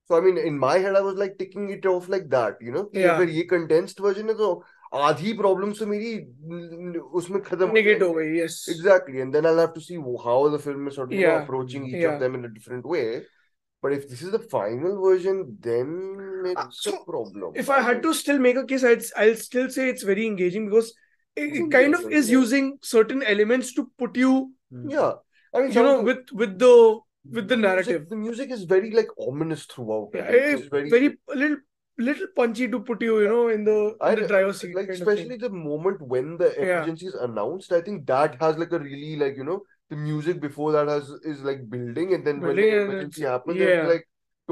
[SPEAKER 2] So I mean, in my head, I was like ticking it off like that, you know. कि
[SPEAKER 1] Yeah.
[SPEAKER 2] अगर ये condensed version है तो आधी problems तो मेरी न- न- उसमें खत्म हो
[SPEAKER 1] Negate
[SPEAKER 2] जाएंगी.
[SPEAKER 1] over. Yes.
[SPEAKER 2] Exactly, and then I'll have to see wh- how the film is sort of you know,
[SPEAKER 1] Yeah.
[SPEAKER 2] approaching each
[SPEAKER 1] Yeah.
[SPEAKER 2] of them in a different way. But if this is the final version, then it's
[SPEAKER 1] Uh,
[SPEAKER 2] a
[SPEAKER 1] so,
[SPEAKER 2] problem.
[SPEAKER 1] if I had to still make a case, I'd I'll still say it's very engaging because it, it
[SPEAKER 2] Mm,
[SPEAKER 1] kind
[SPEAKER 2] yes,
[SPEAKER 1] of
[SPEAKER 2] yes,
[SPEAKER 1] is
[SPEAKER 2] yes.
[SPEAKER 1] using certain elements to put you,
[SPEAKER 3] Hmm.
[SPEAKER 2] yeah, I mean,
[SPEAKER 1] you
[SPEAKER 2] some
[SPEAKER 1] know,
[SPEAKER 2] of the
[SPEAKER 1] with with the with the
[SPEAKER 2] music-
[SPEAKER 1] narrative.
[SPEAKER 2] the music is very like ominous throughout.
[SPEAKER 1] Yeah,
[SPEAKER 2] Like,
[SPEAKER 1] eh,
[SPEAKER 2] it's
[SPEAKER 1] very, a little little punchy to put you, you know, in the in
[SPEAKER 2] I-
[SPEAKER 1] the driver's seat.
[SPEAKER 2] like
[SPEAKER 1] kind of
[SPEAKER 2] especially the moment when the
[SPEAKER 1] Yeah.
[SPEAKER 2] emergency is announced. I think that has like a really like you know the music before that has is like building, and then when
[SPEAKER 1] Building
[SPEAKER 2] the
[SPEAKER 1] and
[SPEAKER 2] emergency
[SPEAKER 1] it's-
[SPEAKER 2] happens,
[SPEAKER 1] yeah.
[SPEAKER 2] it's like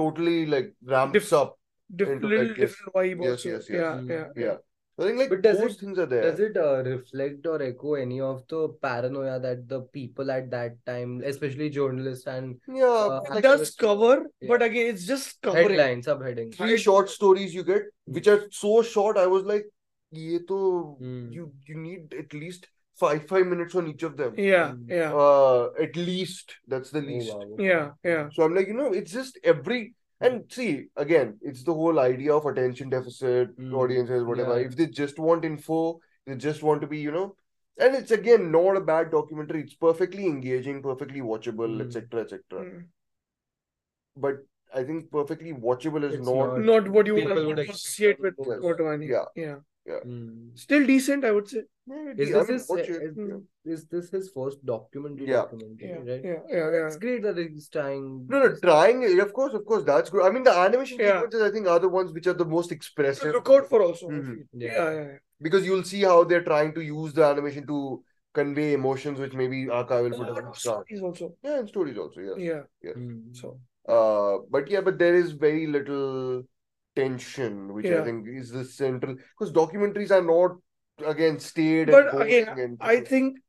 [SPEAKER 2] totally like ramps
[SPEAKER 1] Diff-
[SPEAKER 2] up.
[SPEAKER 1] thing. Dif-
[SPEAKER 2] into
[SPEAKER 1] little
[SPEAKER 2] that, yes.
[SPEAKER 1] different vibe
[SPEAKER 2] Yes,
[SPEAKER 1] also.
[SPEAKER 2] yes, yes.
[SPEAKER 1] Yeah,
[SPEAKER 3] Mm.
[SPEAKER 1] yeah,
[SPEAKER 2] Yeah. I think like
[SPEAKER 3] But does
[SPEAKER 2] those
[SPEAKER 3] it-
[SPEAKER 2] things are there.
[SPEAKER 3] Does it uh, reflect or echo any of the paranoia that the people at that time, especially journalists and
[SPEAKER 2] Yeah,
[SPEAKER 3] Uh,
[SPEAKER 2] but
[SPEAKER 1] It
[SPEAKER 2] like
[SPEAKER 1] does
[SPEAKER 2] just
[SPEAKER 1] cover,
[SPEAKER 3] Yeah.
[SPEAKER 1] but again, it's just covering.
[SPEAKER 3] headline subheadings?
[SPEAKER 2] three short stories you get, which are so short. I was like, "Ye to
[SPEAKER 3] Hmm.
[SPEAKER 2] you you need at least five five minutes on each of them."
[SPEAKER 1] Yeah,
[SPEAKER 3] Mm.
[SPEAKER 1] yeah,
[SPEAKER 2] Uh, at least that's the
[SPEAKER 3] Oh,
[SPEAKER 2] least.
[SPEAKER 3] wow, okay.
[SPEAKER 1] yeah, yeah.
[SPEAKER 2] So I'm like, you know, it's just every and see again, it's the whole idea of attention deficit
[SPEAKER 3] Hmm.
[SPEAKER 2] audiences, whatever.
[SPEAKER 3] Yeah.
[SPEAKER 2] If they just want info, they just want to be, you know. And it's again not a bad documentary. It's perfectly engaging, perfectly watchable,
[SPEAKER 3] Hmm.
[SPEAKER 2] etc., etc.
[SPEAKER 1] Mm.
[SPEAKER 2] But I think perfectly watchable is
[SPEAKER 3] It's
[SPEAKER 2] not.
[SPEAKER 3] But
[SPEAKER 1] Not what you would
[SPEAKER 3] people
[SPEAKER 1] have
[SPEAKER 3] would expect
[SPEAKER 1] associate with
[SPEAKER 3] something
[SPEAKER 2] else.
[SPEAKER 1] Motwani.
[SPEAKER 2] Yeah.
[SPEAKER 1] yeah.
[SPEAKER 3] Mm.
[SPEAKER 1] Still decent, I would say.
[SPEAKER 2] Yeah,
[SPEAKER 3] Is
[SPEAKER 2] I
[SPEAKER 3] this
[SPEAKER 2] mean,
[SPEAKER 3] his
[SPEAKER 2] watch
[SPEAKER 3] uh,
[SPEAKER 2] it.
[SPEAKER 3] is-
[SPEAKER 1] Mm.
[SPEAKER 3] is this his first documentary
[SPEAKER 2] Yeah.
[SPEAKER 3] documentary,
[SPEAKER 1] Yeah,
[SPEAKER 3] right?
[SPEAKER 1] yeah, yeah, yeah.
[SPEAKER 3] It's great that he's trying
[SPEAKER 2] No, no, trying it. Of course, of course, that's good. I mean, the animation
[SPEAKER 1] Yeah.
[SPEAKER 2] sequences, I think, are the ones which are the most
[SPEAKER 1] To
[SPEAKER 2] expressive
[SPEAKER 1] look out for also. I
[SPEAKER 2] Mhm.
[SPEAKER 1] feel.
[SPEAKER 3] Yeah.
[SPEAKER 1] Yeah, yeah, yeah.
[SPEAKER 2] because you'll see how they're trying to use the animation to convey emotions, which maybe archival
[SPEAKER 1] A
[SPEAKER 2] footage
[SPEAKER 1] lot
[SPEAKER 2] would
[SPEAKER 1] of
[SPEAKER 2] start.
[SPEAKER 1] stories also.
[SPEAKER 2] Yeah, and stories also, yes.
[SPEAKER 1] Yeah.
[SPEAKER 3] Mm.
[SPEAKER 1] So
[SPEAKER 2] Uh, but yeah, but there is very little tension, which I
[SPEAKER 1] Yeah.
[SPEAKER 2] think is the central because documentaries are not again staid
[SPEAKER 1] But
[SPEAKER 2] and boring
[SPEAKER 1] again,
[SPEAKER 2] and
[SPEAKER 1] I think,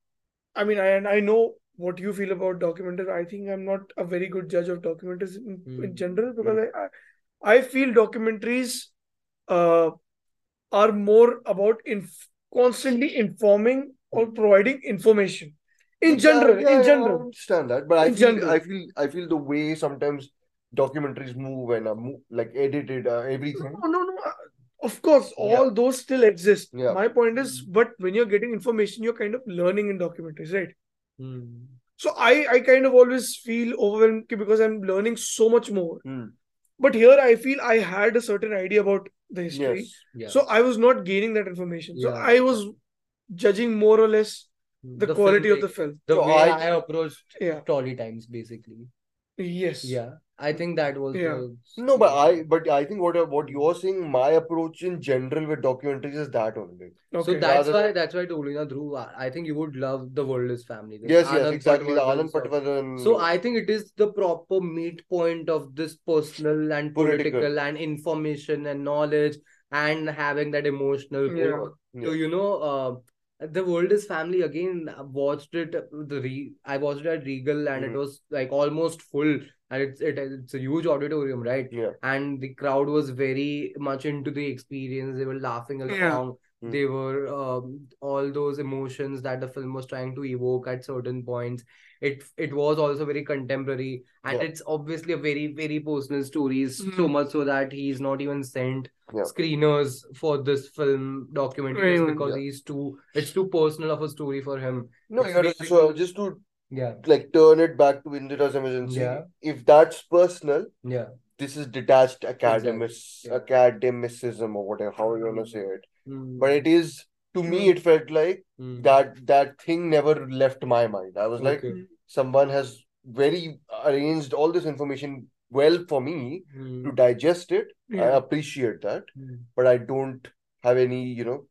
[SPEAKER 1] I mean, I and I know what you feel about documentaries. I think I'm not a very good judge of documentaries in, in
[SPEAKER 3] Mm.
[SPEAKER 1] general because I, I I feel documentaries uh are more about inf- constantly informing or providing information in
[SPEAKER 2] Yeah,
[SPEAKER 1] general.
[SPEAKER 2] yeah,
[SPEAKER 1] in
[SPEAKER 2] yeah, I
[SPEAKER 1] general.
[SPEAKER 2] understand that, but I
[SPEAKER 1] In
[SPEAKER 2] feel
[SPEAKER 1] general.
[SPEAKER 2] I feel I feel the way sometimes documentaries move and are mo like edited uh, everything.
[SPEAKER 1] No, no, no. Of course, all those still exist.
[SPEAKER 2] Yeah.
[SPEAKER 1] My point is, but when you're getting information, you're kind of learning in documentaries, right?
[SPEAKER 3] Hmm.
[SPEAKER 1] So I, I kind of always feel overwhelmed ki- because I'm learning so much more.
[SPEAKER 2] Hmm.
[SPEAKER 1] But here I feel I had a certain idea about the history.
[SPEAKER 2] Yes.
[SPEAKER 3] Yeah.
[SPEAKER 1] So I was not gaining that information. So
[SPEAKER 3] Yeah.
[SPEAKER 1] I was judging more or less the, quality of the
[SPEAKER 3] filmmaking-
[SPEAKER 1] film.
[SPEAKER 3] the
[SPEAKER 2] So
[SPEAKER 3] way
[SPEAKER 2] I-
[SPEAKER 3] I, approached
[SPEAKER 1] Yeah.
[SPEAKER 3] trolley times basically.
[SPEAKER 1] Yes.
[SPEAKER 3] Yeah. I think that was
[SPEAKER 1] Yeah.
[SPEAKER 3] the
[SPEAKER 2] No, but I but I think what what
[SPEAKER 3] Hmm.
[SPEAKER 2] you're saying, my approach in general with documentaries is that only.
[SPEAKER 1] Okay.
[SPEAKER 3] So that's
[SPEAKER 2] Rather-
[SPEAKER 3] why that's why Tolina Dhruv, I- I think you would love The World is Family. the
[SPEAKER 2] Yes, yes,
[SPEAKER 3] Anand
[SPEAKER 2] exactly. The
[SPEAKER 3] Patwardhan
[SPEAKER 2] Anand
[SPEAKER 3] song.
[SPEAKER 2] Patwardhan.
[SPEAKER 3] So I think it is the proper meet point of this personal and
[SPEAKER 2] Political.
[SPEAKER 3] political, and information and knowledge and having that emotional
[SPEAKER 1] Yeah.
[SPEAKER 3] core.
[SPEAKER 2] Yeah.
[SPEAKER 3] So you know, uh, the world is family again. I watched it uh, the re- I watched it at Regal and it
[SPEAKER 2] Mhm.
[SPEAKER 3] was like almost full and it's it, it's a huge auditorium, right?
[SPEAKER 2] Yeah.
[SPEAKER 3] And the crowd was very much into the experience. They were laughing along.
[SPEAKER 1] Yeah.
[SPEAKER 2] Mhm.
[SPEAKER 3] They were um, all those emotions that the film was trying to evoke at certain points it it was also very contemporary and
[SPEAKER 2] Yeah.
[SPEAKER 3] it's obviously a very very personal stories so
[SPEAKER 1] Mhm.
[SPEAKER 3] much so that he's not even sent
[SPEAKER 2] Yeah.
[SPEAKER 3] screeners for this film documentaries
[SPEAKER 1] Right.
[SPEAKER 3] because
[SPEAKER 2] Yeah.
[SPEAKER 3] he's too it's too personal of a story for him
[SPEAKER 2] No,
[SPEAKER 3] it's
[SPEAKER 2] you're right. So
[SPEAKER 3] basically-
[SPEAKER 2] just to
[SPEAKER 3] yeah
[SPEAKER 2] like turn it back to Indira's emergency.
[SPEAKER 3] Yeah.
[SPEAKER 2] If that's personal,
[SPEAKER 3] yeah
[SPEAKER 2] this is detached academic
[SPEAKER 3] Yeah.
[SPEAKER 2] academicism or whatever, how you wanna say it.
[SPEAKER 3] Mm,
[SPEAKER 2] But it is to
[SPEAKER 3] Hmm.
[SPEAKER 2] me it felt like
[SPEAKER 3] mm.
[SPEAKER 2] that that thing never left my mind. I was like,
[SPEAKER 3] Okay.
[SPEAKER 2] someone has very arranged all this information well for me to
[SPEAKER 3] Mm,
[SPEAKER 2] digest it. I
[SPEAKER 1] Yeah.
[SPEAKER 2] appreciate that,
[SPEAKER 3] mm,
[SPEAKER 2] but I don't have any, you know,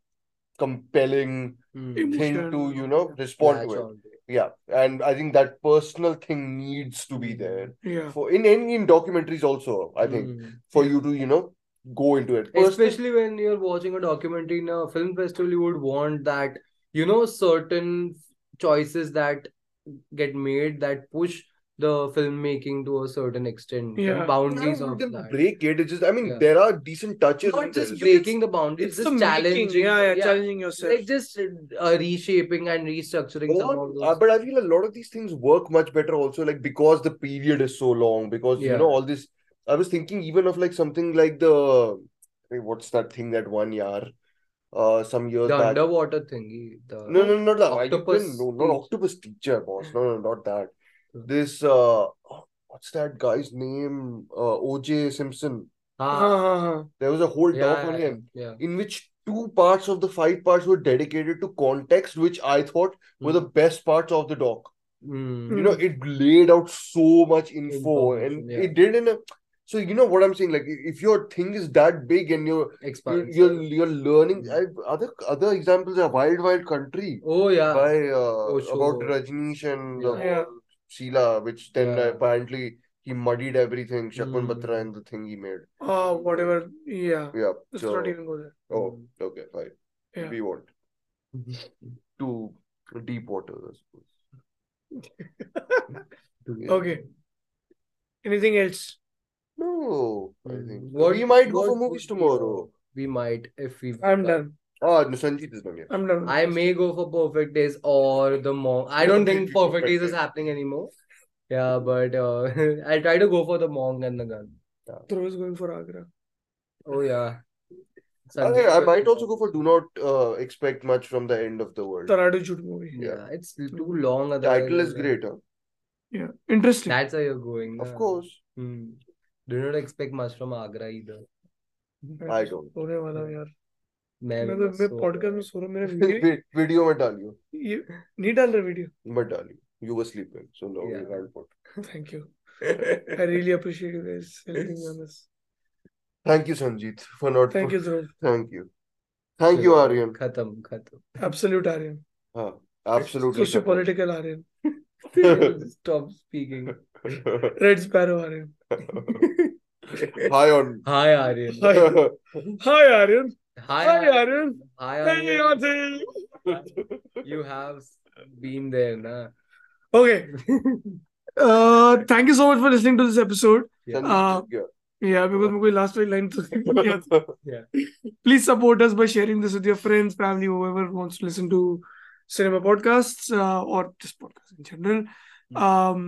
[SPEAKER 2] compelling
[SPEAKER 3] mm.
[SPEAKER 1] Im-
[SPEAKER 2] thing to,
[SPEAKER 1] Emotion.
[SPEAKER 2] you know, respond
[SPEAKER 3] Latch
[SPEAKER 2] to it.
[SPEAKER 3] on to it.
[SPEAKER 2] Yeah. And I think that personal thing needs to be there
[SPEAKER 1] Yeah.
[SPEAKER 2] for in in, in documentaries also, I think,
[SPEAKER 3] Mm.
[SPEAKER 2] for you to, you know, go into it. Personal-
[SPEAKER 3] especially when you're watching a documentary in a film festival you would want that you know certain choices that get made that push the filmmaking to a certain extent the
[SPEAKER 1] Yeah.
[SPEAKER 3] boundaries
[SPEAKER 2] I don't
[SPEAKER 3] of
[SPEAKER 2] think
[SPEAKER 3] that
[SPEAKER 2] break it. It's just I mean
[SPEAKER 3] Yeah.
[SPEAKER 2] there are decent touches. in
[SPEAKER 3] not just
[SPEAKER 2] this.
[SPEAKER 3] breaking the boundaries
[SPEAKER 1] It's
[SPEAKER 3] just
[SPEAKER 1] the
[SPEAKER 3] challenging
[SPEAKER 1] making. Yeah, yeah, challenging yourself.
[SPEAKER 3] like just uh, reshaping and restructuring some
[SPEAKER 2] All-
[SPEAKER 3] of those
[SPEAKER 2] uh, but I feel a lot of these things work much better also, like because the period is so long, because you
[SPEAKER 3] Yeah.
[SPEAKER 2] know, all this. I was thinking even of like something like the hey, what's that thing that one year, uh, some years
[SPEAKER 3] the
[SPEAKER 2] back.
[SPEAKER 3] underwater thingy the
[SPEAKER 2] No, no, not the
[SPEAKER 3] Octopus
[SPEAKER 2] octopus. No, not
[SPEAKER 3] teach-
[SPEAKER 2] octopus teacher, boss. No, no, not that.
[SPEAKER 3] Hmm.
[SPEAKER 2] This uh, what's that guy's name? Uh, O.J. Simpson.
[SPEAKER 3] Ah,
[SPEAKER 1] Huh, huh, huh.
[SPEAKER 2] There was a whole
[SPEAKER 3] yeah,
[SPEAKER 2] talk
[SPEAKER 3] yeah,
[SPEAKER 2] on him
[SPEAKER 3] yeah
[SPEAKER 2] in which two parts of the five parts were dedicated to context, which I thought were
[SPEAKER 3] Hmm.
[SPEAKER 2] the best parts of the doc
[SPEAKER 3] Mm.
[SPEAKER 2] you know it laid out so much info and
[SPEAKER 3] Information, yeah.
[SPEAKER 2] it did in a so you know what i'm saying like if your thing is that big and you're you're
[SPEAKER 3] Expansive.
[SPEAKER 2] you're, you're learning
[SPEAKER 3] Hmm.
[SPEAKER 2] I, other other examples are wild wild country
[SPEAKER 3] oh yeah
[SPEAKER 2] by uh,
[SPEAKER 3] Osho.
[SPEAKER 2] about rajneesh and the
[SPEAKER 3] Oh, Yeah.
[SPEAKER 1] Yeah.
[SPEAKER 2] sheila which then
[SPEAKER 3] Yeah.
[SPEAKER 2] apparently he muddied everything shakun
[SPEAKER 3] Hmm.
[SPEAKER 2] batra and the thing he made
[SPEAKER 1] Oh, whatever. Yeah.
[SPEAKER 2] yeah
[SPEAKER 1] Let's
[SPEAKER 2] so
[SPEAKER 1] not even go there.
[SPEAKER 2] oh okay fine
[SPEAKER 1] Yeah.
[SPEAKER 2] we won't
[SPEAKER 3] Hmm,
[SPEAKER 2] to deep water I suppose. Yeah.
[SPEAKER 1] Okay. Anything else?
[SPEAKER 2] No, I think
[SPEAKER 3] What-
[SPEAKER 2] we might go for
[SPEAKER 3] what
[SPEAKER 2] movies
[SPEAKER 3] would be
[SPEAKER 2] tomorrow.
[SPEAKER 3] we might if we
[SPEAKER 1] I'm done.
[SPEAKER 2] Ah, no, Sanjeet is not here.
[SPEAKER 1] I'm done.
[SPEAKER 3] I may go for perfect days or the monk. I don't think perfect days is happening anymore. Yeah, but uh, I'll try to go for the monk and the gun.
[SPEAKER 1] Dhruv is going for Agra.
[SPEAKER 3] Oh yeah.
[SPEAKER 2] I, think I might also go for Do Not uh, Expect Much from the End of the World.
[SPEAKER 1] Taradu Jhut movie.
[SPEAKER 3] Yeah, it's too long. otherwise
[SPEAKER 2] Title is
[SPEAKER 3] it's like-
[SPEAKER 2] great, huh?
[SPEAKER 1] Yeah. Interesting.
[SPEAKER 3] That's how you're going.
[SPEAKER 2] Of
[SPEAKER 3] yeah.
[SPEAKER 2] course.
[SPEAKER 3] Hmm. Do not expect much from Agra either.
[SPEAKER 2] I don't.
[SPEAKER 1] सोने वाला हूँ यार
[SPEAKER 3] मैं
[SPEAKER 1] मैं तो मैं
[SPEAKER 3] सो-
[SPEAKER 1] podcast में सो रहा हूँ मेरा वीडियो
[SPEAKER 2] Wait, video में डालियो,
[SPEAKER 1] ये नहीं डाल रहा वीडियो
[SPEAKER 2] मत डालियो. You were sleeping, so no, we
[SPEAKER 3] Yeah.
[SPEAKER 2] can't put.
[SPEAKER 1] Thank you I really appreciate you guys helping me on this
[SPEAKER 2] Thank you, Sanjeet, for not.
[SPEAKER 1] Thank you Dhruv
[SPEAKER 2] Thank you. Thank you, Aryan.
[SPEAKER 3] खत्म खत्म
[SPEAKER 1] absolute Aryan
[SPEAKER 2] हाँ, absolutely.
[SPEAKER 1] Socio political Aryan
[SPEAKER 3] stop speaking
[SPEAKER 1] red sparrow Aryan
[SPEAKER 2] Hi on.
[SPEAKER 3] hi Aryan
[SPEAKER 1] hi hi Aryan
[SPEAKER 3] hi
[SPEAKER 1] hi
[SPEAKER 3] Aryan.
[SPEAKER 1] Aryan
[SPEAKER 3] hi
[SPEAKER 1] thank
[SPEAKER 3] Aryan.
[SPEAKER 1] You
[SPEAKER 3] you have been there na
[SPEAKER 1] okay thank you so much for listening to this episode Uh,
[SPEAKER 2] Sanjeet, yeah.
[SPEAKER 1] Yeah, because मुझे कोई last वाली line तो नहीं याद
[SPEAKER 3] yeah
[SPEAKER 1] please support us by sharing this with your friends, family, whoever wants to listen to cinema podcasts uh, or just podcasts in general. Um,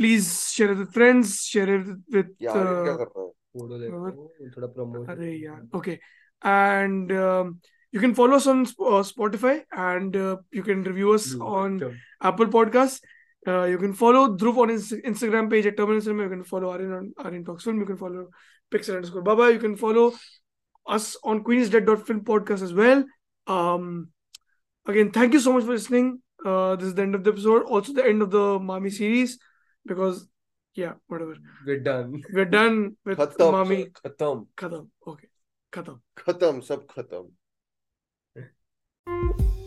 [SPEAKER 1] please share it with friends, share it with.
[SPEAKER 2] Yeah, Aryan क्या
[SPEAKER 1] uh,
[SPEAKER 2] कर रहा है?
[SPEAKER 3] photo देखो थोड़ा promote
[SPEAKER 1] अरे यार, okay. and um, you can follow us on Sp- uh, Spotify and uh, you can review us
[SPEAKER 3] Hmm.
[SPEAKER 1] on Apple Podcasts. Uh, you can follow Dhruv on his Instagram page at Terminal Cinema. You can follow Aryan on Aryan Talks Film. You can follow Pixar underscore Baba. You can follow us on queensdead.film podcast as well. Um, again, thank you so much for listening. Uh, this is the end of the episode. Also, the end of the Mami series because, yeah, whatever.
[SPEAKER 3] We're done.
[SPEAKER 1] We're done with
[SPEAKER 2] Khatam,
[SPEAKER 1] Mami.
[SPEAKER 2] sir, khatam,
[SPEAKER 1] Khatam. Okay. Khatam.
[SPEAKER 2] khatam, sab khatam.